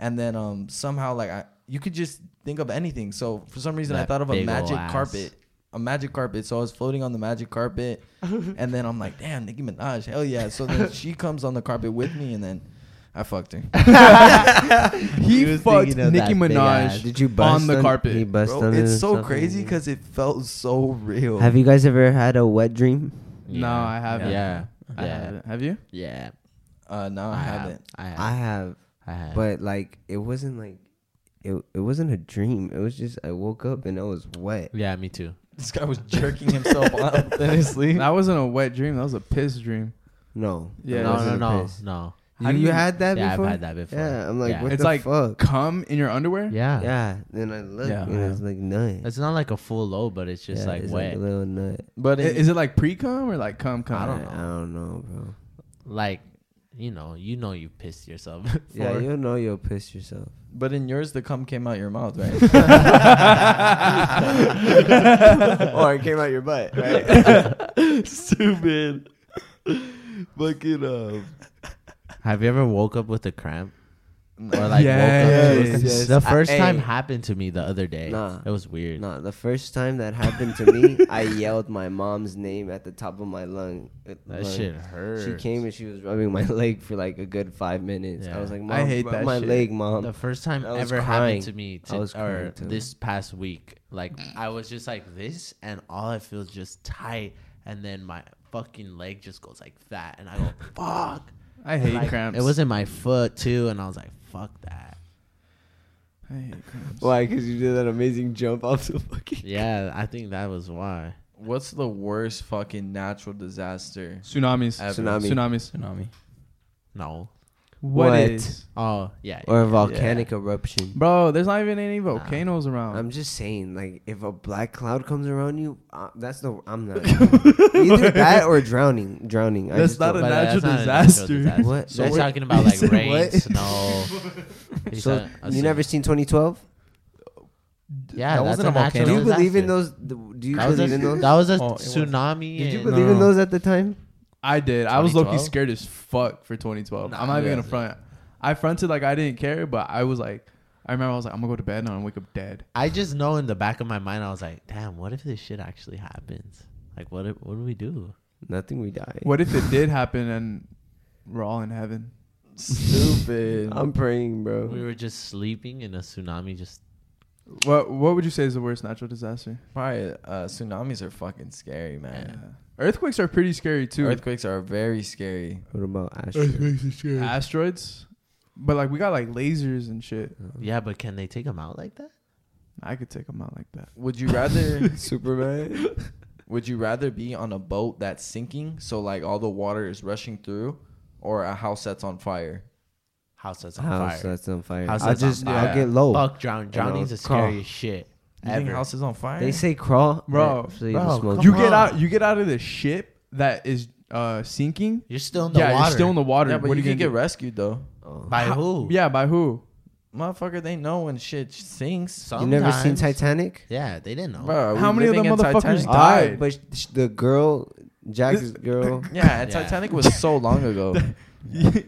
Speaker 4: and then um somehow like I you could just think of anything. So for some reason I
Speaker 2: That
Speaker 4: thought of a
Speaker 2: big ol'
Speaker 4: magic
Speaker 2: ass.
Speaker 4: carpet. A magic carpet, so I was floating on the magic carpet, and then I'm like, "Damn, Nicki Minaj, hell yeah!" So then she comes on the carpet with me, and then I fucked her.
Speaker 3: He,
Speaker 2: was
Speaker 3: fucked
Speaker 2: thinking of
Speaker 3: Nicki
Speaker 2: that big ass.
Speaker 3: Minaj
Speaker 1: Did you bust
Speaker 3: on the
Speaker 1: on-
Speaker 3: carpet.
Speaker 1: He bust
Speaker 4: Bro,
Speaker 1: on
Speaker 4: it's
Speaker 1: it or
Speaker 4: so
Speaker 1: something?
Speaker 4: crazy because it felt so real.
Speaker 1: Have you guys ever had a wet dream?
Speaker 3: No, I haven't.
Speaker 2: Yeah.
Speaker 3: I
Speaker 2: Yeah.
Speaker 3: haven't. Have you?
Speaker 2: Yeah.
Speaker 4: uh, no, I, haven't.
Speaker 2: I have.
Speaker 1: I have,
Speaker 2: I have.
Speaker 1: but like it wasn't like it. It wasn't a dream. It was just I woke up and I was wet.
Speaker 2: yeah, me too.
Speaker 4: This guy was jerking himself out in his sleep.
Speaker 3: That wasn't a wet dream. That was a piss dream.
Speaker 1: No. it
Speaker 3: Yeah.
Speaker 2: no, no,
Speaker 1: wasn't a
Speaker 2: no,
Speaker 1: piss.
Speaker 2: no.
Speaker 3: How
Speaker 1: you,
Speaker 3: do you-
Speaker 1: had that
Speaker 2: yeah,
Speaker 1: before?
Speaker 2: I've had that before.
Speaker 1: Yeah, I'm like,
Speaker 2: Yeah.
Speaker 1: what
Speaker 3: It's
Speaker 1: the
Speaker 3: like-
Speaker 1: fuck?
Speaker 3: Come in your underwear?
Speaker 2: Yeah.
Speaker 1: Yeah. Then I looked
Speaker 3: Yeah.
Speaker 1: and I was like, nut.
Speaker 2: It's not like a full load, but it's just
Speaker 1: Yeah,
Speaker 2: like
Speaker 1: it's
Speaker 2: wet.
Speaker 1: a little nut.
Speaker 4: But
Speaker 3: I-
Speaker 4: it,
Speaker 3: Is it like pre cum or like cum cum?
Speaker 2: I don't
Speaker 1: I
Speaker 2: know.
Speaker 1: don't know, bro.
Speaker 2: like, you know, you know, you pissed yourself.
Speaker 1: Yeah,
Speaker 2: before.
Speaker 1: you'll know you'll piss yourself.
Speaker 4: but in yours, the cum came out your mouth, right? or it came out your butt, right? Stupid. Fucking um.
Speaker 2: Have you ever woke up with a cramp?
Speaker 4: no.
Speaker 2: Or like woke up?
Speaker 3: Yes,
Speaker 2: with-
Speaker 4: yes.
Speaker 2: The first
Speaker 1: Hey.
Speaker 2: time happened to me the other day.
Speaker 1: Nah.
Speaker 2: It was weird.
Speaker 1: No, the first time that happened to me, I yelled my mom's name at the top of my lung. uh,
Speaker 2: That
Speaker 1: lung.
Speaker 2: shit hurt.
Speaker 1: She came and she was rubbing my leg for like a good five minutes. I
Speaker 2: Yeah.
Speaker 1: was like, Mom,
Speaker 3: I hate
Speaker 1: rub
Speaker 3: that
Speaker 1: my
Speaker 3: shit.
Speaker 1: leg, Mom.
Speaker 2: The first time
Speaker 1: Um, I was
Speaker 2: ever
Speaker 1: crying.
Speaker 2: happened to me
Speaker 1: I
Speaker 2: to,
Speaker 1: was crying,
Speaker 2: or
Speaker 1: too.
Speaker 2: this past week. Like I was just like this, and all I feel is just tight, and then my fucking leg just goes like that, and I go fuck.
Speaker 3: I hate
Speaker 2: Like,
Speaker 3: cramps.
Speaker 2: It was in my foot too, and I was like fuck that.
Speaker 3: I hate cramps.
Speaker 1: Why? Because you did that amazing jump off the fucking.
Speaker 2: Yeah, I think that was why.
Speaker 4: What's the worst fucking natural disaster?
Speaker 3: Tsunamis.
Speaker 4: Ever.
Speaker 1: Tsunami.
Speaker 3: Tsunamis.
Speaker 5: Tsunami.
Speaker 2: No.
Speaker 1: What?
Speaker 3: what is?
Speaker 2: Oh yeah.
Speaker 1: Or a volcanic eruption.
Speaker 3: Bro, there's not even any volcanoes around.
Speaker 1: I'm just saying, like, if a black cloud comes around you, uh, that's the I'm not either that or drowning. Drowning. I
Speaker 3: That's
Speaker 1: just
Speaker 3: not
Speaker 1: don't-
Speaker 3: a
Speaker 2: But that's
Speaker 3: natural
Speaker 2: not a natural
Speaker 3: disaster.
Speaker 2: disaster.
Speaker 1: What?
Speaker 2: So
Speaker 1: So
Speaker 2: They're
Speaker 1: what-
Speaker 2: talking about
Speaker 3: He
Speaker 2: like
Speaker 3: said
Speaker 2: rain,
Speaker 3: what?
Speaker 2: snow. He's
Speaker 1: So
Speaker 2: talking-
Speaker 1: you never seen 2012?
Speaker 2: Yeah,
Speaker 5: That
Speaker 2: that's
Speaker 5: wasn't a
Speaker 2: a natural
Speaker 5: volcano.
Speaker 1: Do you believe in
Speaker 2: disaster.
Speaker 1: those? Do you
Speaker 2: That was
Speaker 1: believe
Speaker 2: a-
Speaker 1: in those?
Speaker 2: That was a
Speaker 5: Oh, it was.
Speaker 2: tsunami.
Speaker 1: Did you
Speaker 2: and- uh,
Speaker 1: believe in
Speaker 3: No.
Speaker 1: those at the time?
Speaker 3: I did. I was low
Speaker 2: 2012?
Speaker 3: scared as fuck for 2012.
Speaker 2: Nah,
Speaker 3: I'm not
Speaker 2: yeah.
Speaker 3: even gonna front. I fronted like I didn't care, but I was like, I remember I was like, I'm gonna go to bed now and wake up dead.
Speaker 2: I just know in the back of my mind, I was like, damn, what if this shit actually happens? Like, what if, what do we do?
Speaker 1: Nothing. We die.
Speaker 3: What if it did happen and we're all in heaven?
Speaker 4: Stupid.
Speaker 1: I'm praying, bro.
Speaker 2: We were just sleeping and a tsunami just.
Speaker 3: What What would you say is the worst natural disaster?
Speaker 4: Probably uh, tsunamis are fucking scary, man.
Speaker 3: Earthquakes are pretty scary too.
Speaker 4: Earthquakes are very scary.
Speaker 1: What about Astro?
Speaker 3: Asteroids, but like we got like lasers and shit.
Speaker 1: Mm.
Speaker 2: Yeah, but can they take them out like that?
Speaker 3: I could take them out like that.
Speaker 4: Would you rather?
Speaker 1: Superman?
Speaker 4: Would you rather be on a boat that's sinking, so like all the water is rushing through, or a house that's on fire?
Speaker 2: House that's on
Speaker 1: House
Speaker 2: fire.
Speaker 1: that's on fire.
Speaker 2: House
Speaker 1: I'll
Speaker 2: that's on
Speaker 1: just,
Speaker 2: fire.
Speaker 1: I'll get low.
Speaker 2: Fuck, drown. Drowning's
Speaker 1: know,
Speaker 2: the scariest shit
Speaker 4: You
Speaker 2: ever.
Speaker 4: think house is on fire?
Speaker 1: They say crawl,
Speaker 3: Bro,
Speaker 1: So you
Speaker 2: bro,
Speaker 1: just smoke.
Speaker 2: come
Speaker 3: you
Speaker 2: on.
Speaker 3: get out. You get out of the ship that is uh sinking.
Speaker 2: you're still in the
Speaker 3: yeah,
Speaker 2: water.
Speaker 3: you're still in the water.
Speaker 4: yeah, but
Speaker 3: what
Speaker 4: you
Speaker 3: are you
Speaker 4: can get
Speaker 3: gonna
Speaker 4: rescued though.
Speaker 1: Oh.
Speaker 2: By who?
Speaker 3: do? Yeah, by who?
Speaker 4: Motherfucker, they know when shit sinks.
Speaker 1: You never seen
Speaker 2: Sometimes.
Speaker 1: Titanic?
Speaker 2: Yeah, they didn't know.
Speaker 4: Bro, are we
Speaker 3: How many of
Speaker 4: living
Speaker 3: them
Speaker 4: in
Speaker 3: motherfuckers
Speaker 4: Titanic?
Speaker 3: died?
Speaker 1: Alright, but sh- sh- the girl, Jack's
Speaker 3: This-
Speaker 1: girl.
Speaker 4: Yeah, and
Speaker 2: Yeah.
Speaker 4: Titanic was so long ago.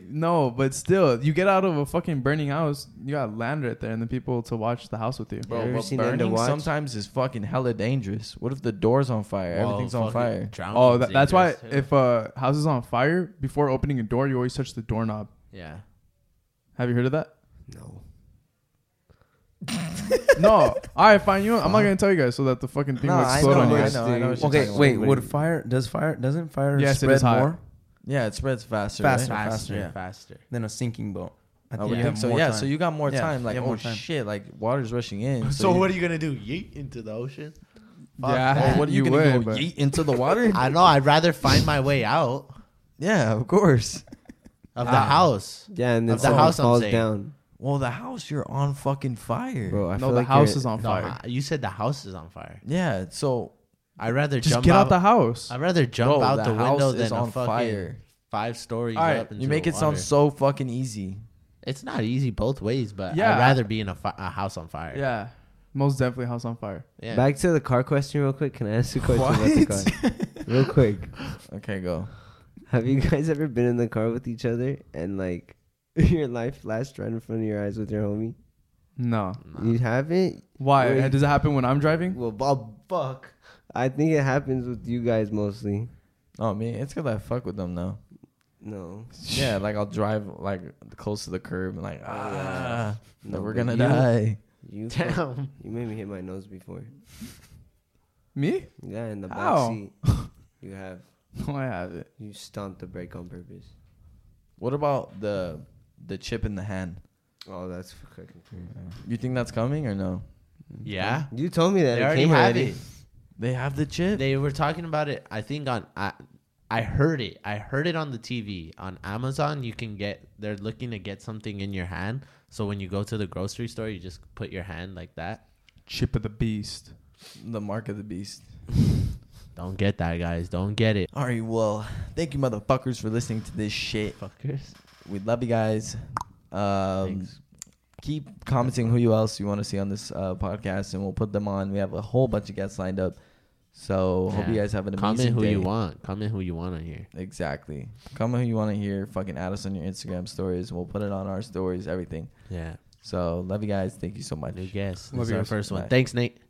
Speaker 3: no, but still, you get out of a fucking burning house, you got land right there, and the people to watch the house with you.
Speaker 1: You
Speaker 4: Bro,
Speaker 1: ever
Speaker 4: but
Speaker 1: seen End of
Speaker 4: burning
Speaker 1: Watch?
Speaker 4: sometimes is fucking hella dangerous. What if the door's on fire?
Speaker 2: Whoa,
Speaker 4: Everything's on
Speaker 2: fucking
Speaker 4: fire.
Speaker 2: drowning's
Speaker 3: Oh, that, that's why
Speaker 2: dangerous, too.
Speaker 3: if a house is on fire, before opening a door, you always touch the doorknob.
Speaker 2: Yeah.
Speaker 3: Have you heard of that?
Speaker 1: No.
Speaker 3: no. All right, fine. You. Know, I'm not gonna tell you guys so that the fucking thing
Speaker 4: No,
Speaker 3: would
Speaker 4: I
Speaker 3: explode
Speaker 4: know,
Speaker 3: on you
Speaker 4: I
Speaker 3: guys.
Speaker 4: know, I know what you're
Speaker 5: Okay,
Speaker 4: talking
Speaker 5: wait.
Speaker 4: about.
Speaker 5: Would fire? Does fire? Doesn't fire
Speaker 3: Yes, it
Speaker 5: spread
Speaker 3: is hot.
Speaker 5: more
Speaker 4: Yeah, it spreads faster.
Speaker 5: Faster.
Speaker 4: right?
Speaker 5: Faster,
Speaker 2: Faster,
Speaker 5: yeah.
Speaker 2: faster.
Speaker 5: than a sinking boat? I
Speaker 4: I would
Speaker 5: you
Speaker 4: think
Speaker 5: have
Speaker 4: so.
Speaker 5: more
Speaker 4: Yeah,
Speaker 5: time.
Speaker 4: so you got Oh, more
Speaker 5: Yeah,
Speaker 4: time.
Speaker 5: you
Speaker 4: Like,
Speaker 5: have
Speaker 4: oh
Speaker 5: more time.
Speaker 4: shit, like water's rushing in.
Speaker 2: So
Speaker 4: you-
Speaker 2: what are you gonna do? Yeet into the ocean? Fuck
Speaker 3: Yeah.
Speaker 2: that.
Speaker 4: Oh, what are you,
Speaker 3: You
Speaker 4: gonna
Speaker 3: would,
Speaker 4: go
Speaker 3: but-
Speaker 4: yeet into the water?
Speaker 2: I know. I'd rather find my way out
Speaker 4: yeah, of course.
Speaker 2: of the
Speaker 4: Ah.
Speaker 2: house.
Speaker 1: Yeah, and then
Speaker 2: Of the
Speaker 1: someone
Speaker 2: house, I'm
Speaker 1: falls
Speaker 2: saying.
Speaker 1: down.
Speaker 4: Well, the house you're on fucking fire.
Speaker 1: Bro, I
Speaker 3: no,
Speaker 1: feel
Speaker 3: the
Speaker 1: like
Speaker 3: house
Speaker 1: you're-
Speaker 3: is on
Speaker 2: No,
Speaker 3: fire.
Speaker 2: I- you said the house is on fire.
Speaker 4: Yeah, so
Speaker 2: I'd rather
Speaker 3: Just
Speaker 2: jump
Speaker 3: get
Speaker 2: out,
Speaker 3: out the house.
Speaker 2: I'd rather jump
Speaker 4: Bro,
Speaker 2: out
Speaker 4: the
Speaker 2: the, window
Speaker 4: house is
Speaker 2: than a
Speaker 4: on
Speaker 2: fucking
Speaker 4: fire.
Speaker 2: five stories
Speaker 3: All right,
Speaker 2: up. Into
Speaker 4: you make
Speaker 2: the
Speaker 4: it sound
Speaker 2: water.
Speaker 4: so fucking easy.
Speaker 2: It's not easy both ways, but
Speaker 3: Yeah.
Speaker 2: I'd rather be in a, fi- a house on fire.
Speaker 3: yeah, most definitely house on fire.
Speaker 2: Yeah.
Speaker 1: Back to the car question, real quick. Can I ask you a question about the car? real quick.
Speaker 4: Okay, go.
Speaker 1: Have you guys ever been in the car with each other and like your life flashed right in front of your eyes with your homie?
Speaker 3: No,
Speaker 1: You haven't?
Speaker 3: why
Speaker 1: Wait.
Speaker 3: does it happen when I'm driving?
Speaker 1: Well, Bob, fuck. I think it happens with you guys mostly.
Speaker 4: Oh man, it's because I fuck with them now.
Speaker 1: No.
Speaker 4: Yeah, like I'll drive like close to the curb and like ah,
Speaker 1: No,
Speaker 4: we're
Speaker 1: but
Speaker 4: gonna
Speaker 1: you-
Speaker 4: die.
Speaker 1: You fuck-
Speaker 2: Damn.
Speaker 1: you made me hit my nose before.
Speaker 3: Me?
Speaker 1: Yeah, in the
Speaker 3: How?
Speaker 1: back seat. You have
Speaker 3: No, I haven't.
Speaker 1: you stomped the brake on purpose.
Speaker 4: What about the the chip in the hand?
Speaker 1: Oh, that's fucking crazy.
Speaker 4: You think that's coming or no?
Speaker 2: Yeah.
Speaker 1: You told me that
Speaker 2: They
Speaker 1: it
Speaker 2: already
Speaker 1: came
Speaker 2: have
Speaker 1: already.
Speaker 2: it.
Speaker 4: They have the chip.
Speaker 2: They were talking about it. I think on I, I heard it. I heard it on the TV on Amazon. You can get. They're looking to get something in your hand. So when you go to the grocery store, you just put your hand like that.
Speaker 3: Chip of the beast.
Speaker 4: the mark of the beast.
Speaker 2: Don't get that, guys. Don't get it,
Speaker 4: All right, well, thank you motherfuckers for listening to this shit.
Speaker 2: fuckers.
Speaker 4: We love you guys. Um,
Speaker 2: Thanks.
Speaker 4: keep commenting who you else you want to see on this uh, podcast, and we'll put them on. We have a whole bunch of guests lined up. So hope you
Speaker 2: Yeah.
Speaker 4: guys have an amazing
Speaker 2: Comment who
Speaker 4: day.
Speaker 2: you want. Comment who you want on here.
Speaker 4: Exactly. Comment who you want to hear. Fucking add us on your Instagram stories. and We'll put it on our stories. Everything.
Speaker 2: Yeah.
Speaker 4: So love you guys. Thank you so much.
Speaker 2: New guest.
Speaker 3: Love
Speaker 2: This is
Speaker 3: you
Speaker 2: our
Speaker 3: guys.
Speaker 2: first one.
Speaker 4: Bye.
Speaker 2: Thanks, Nate.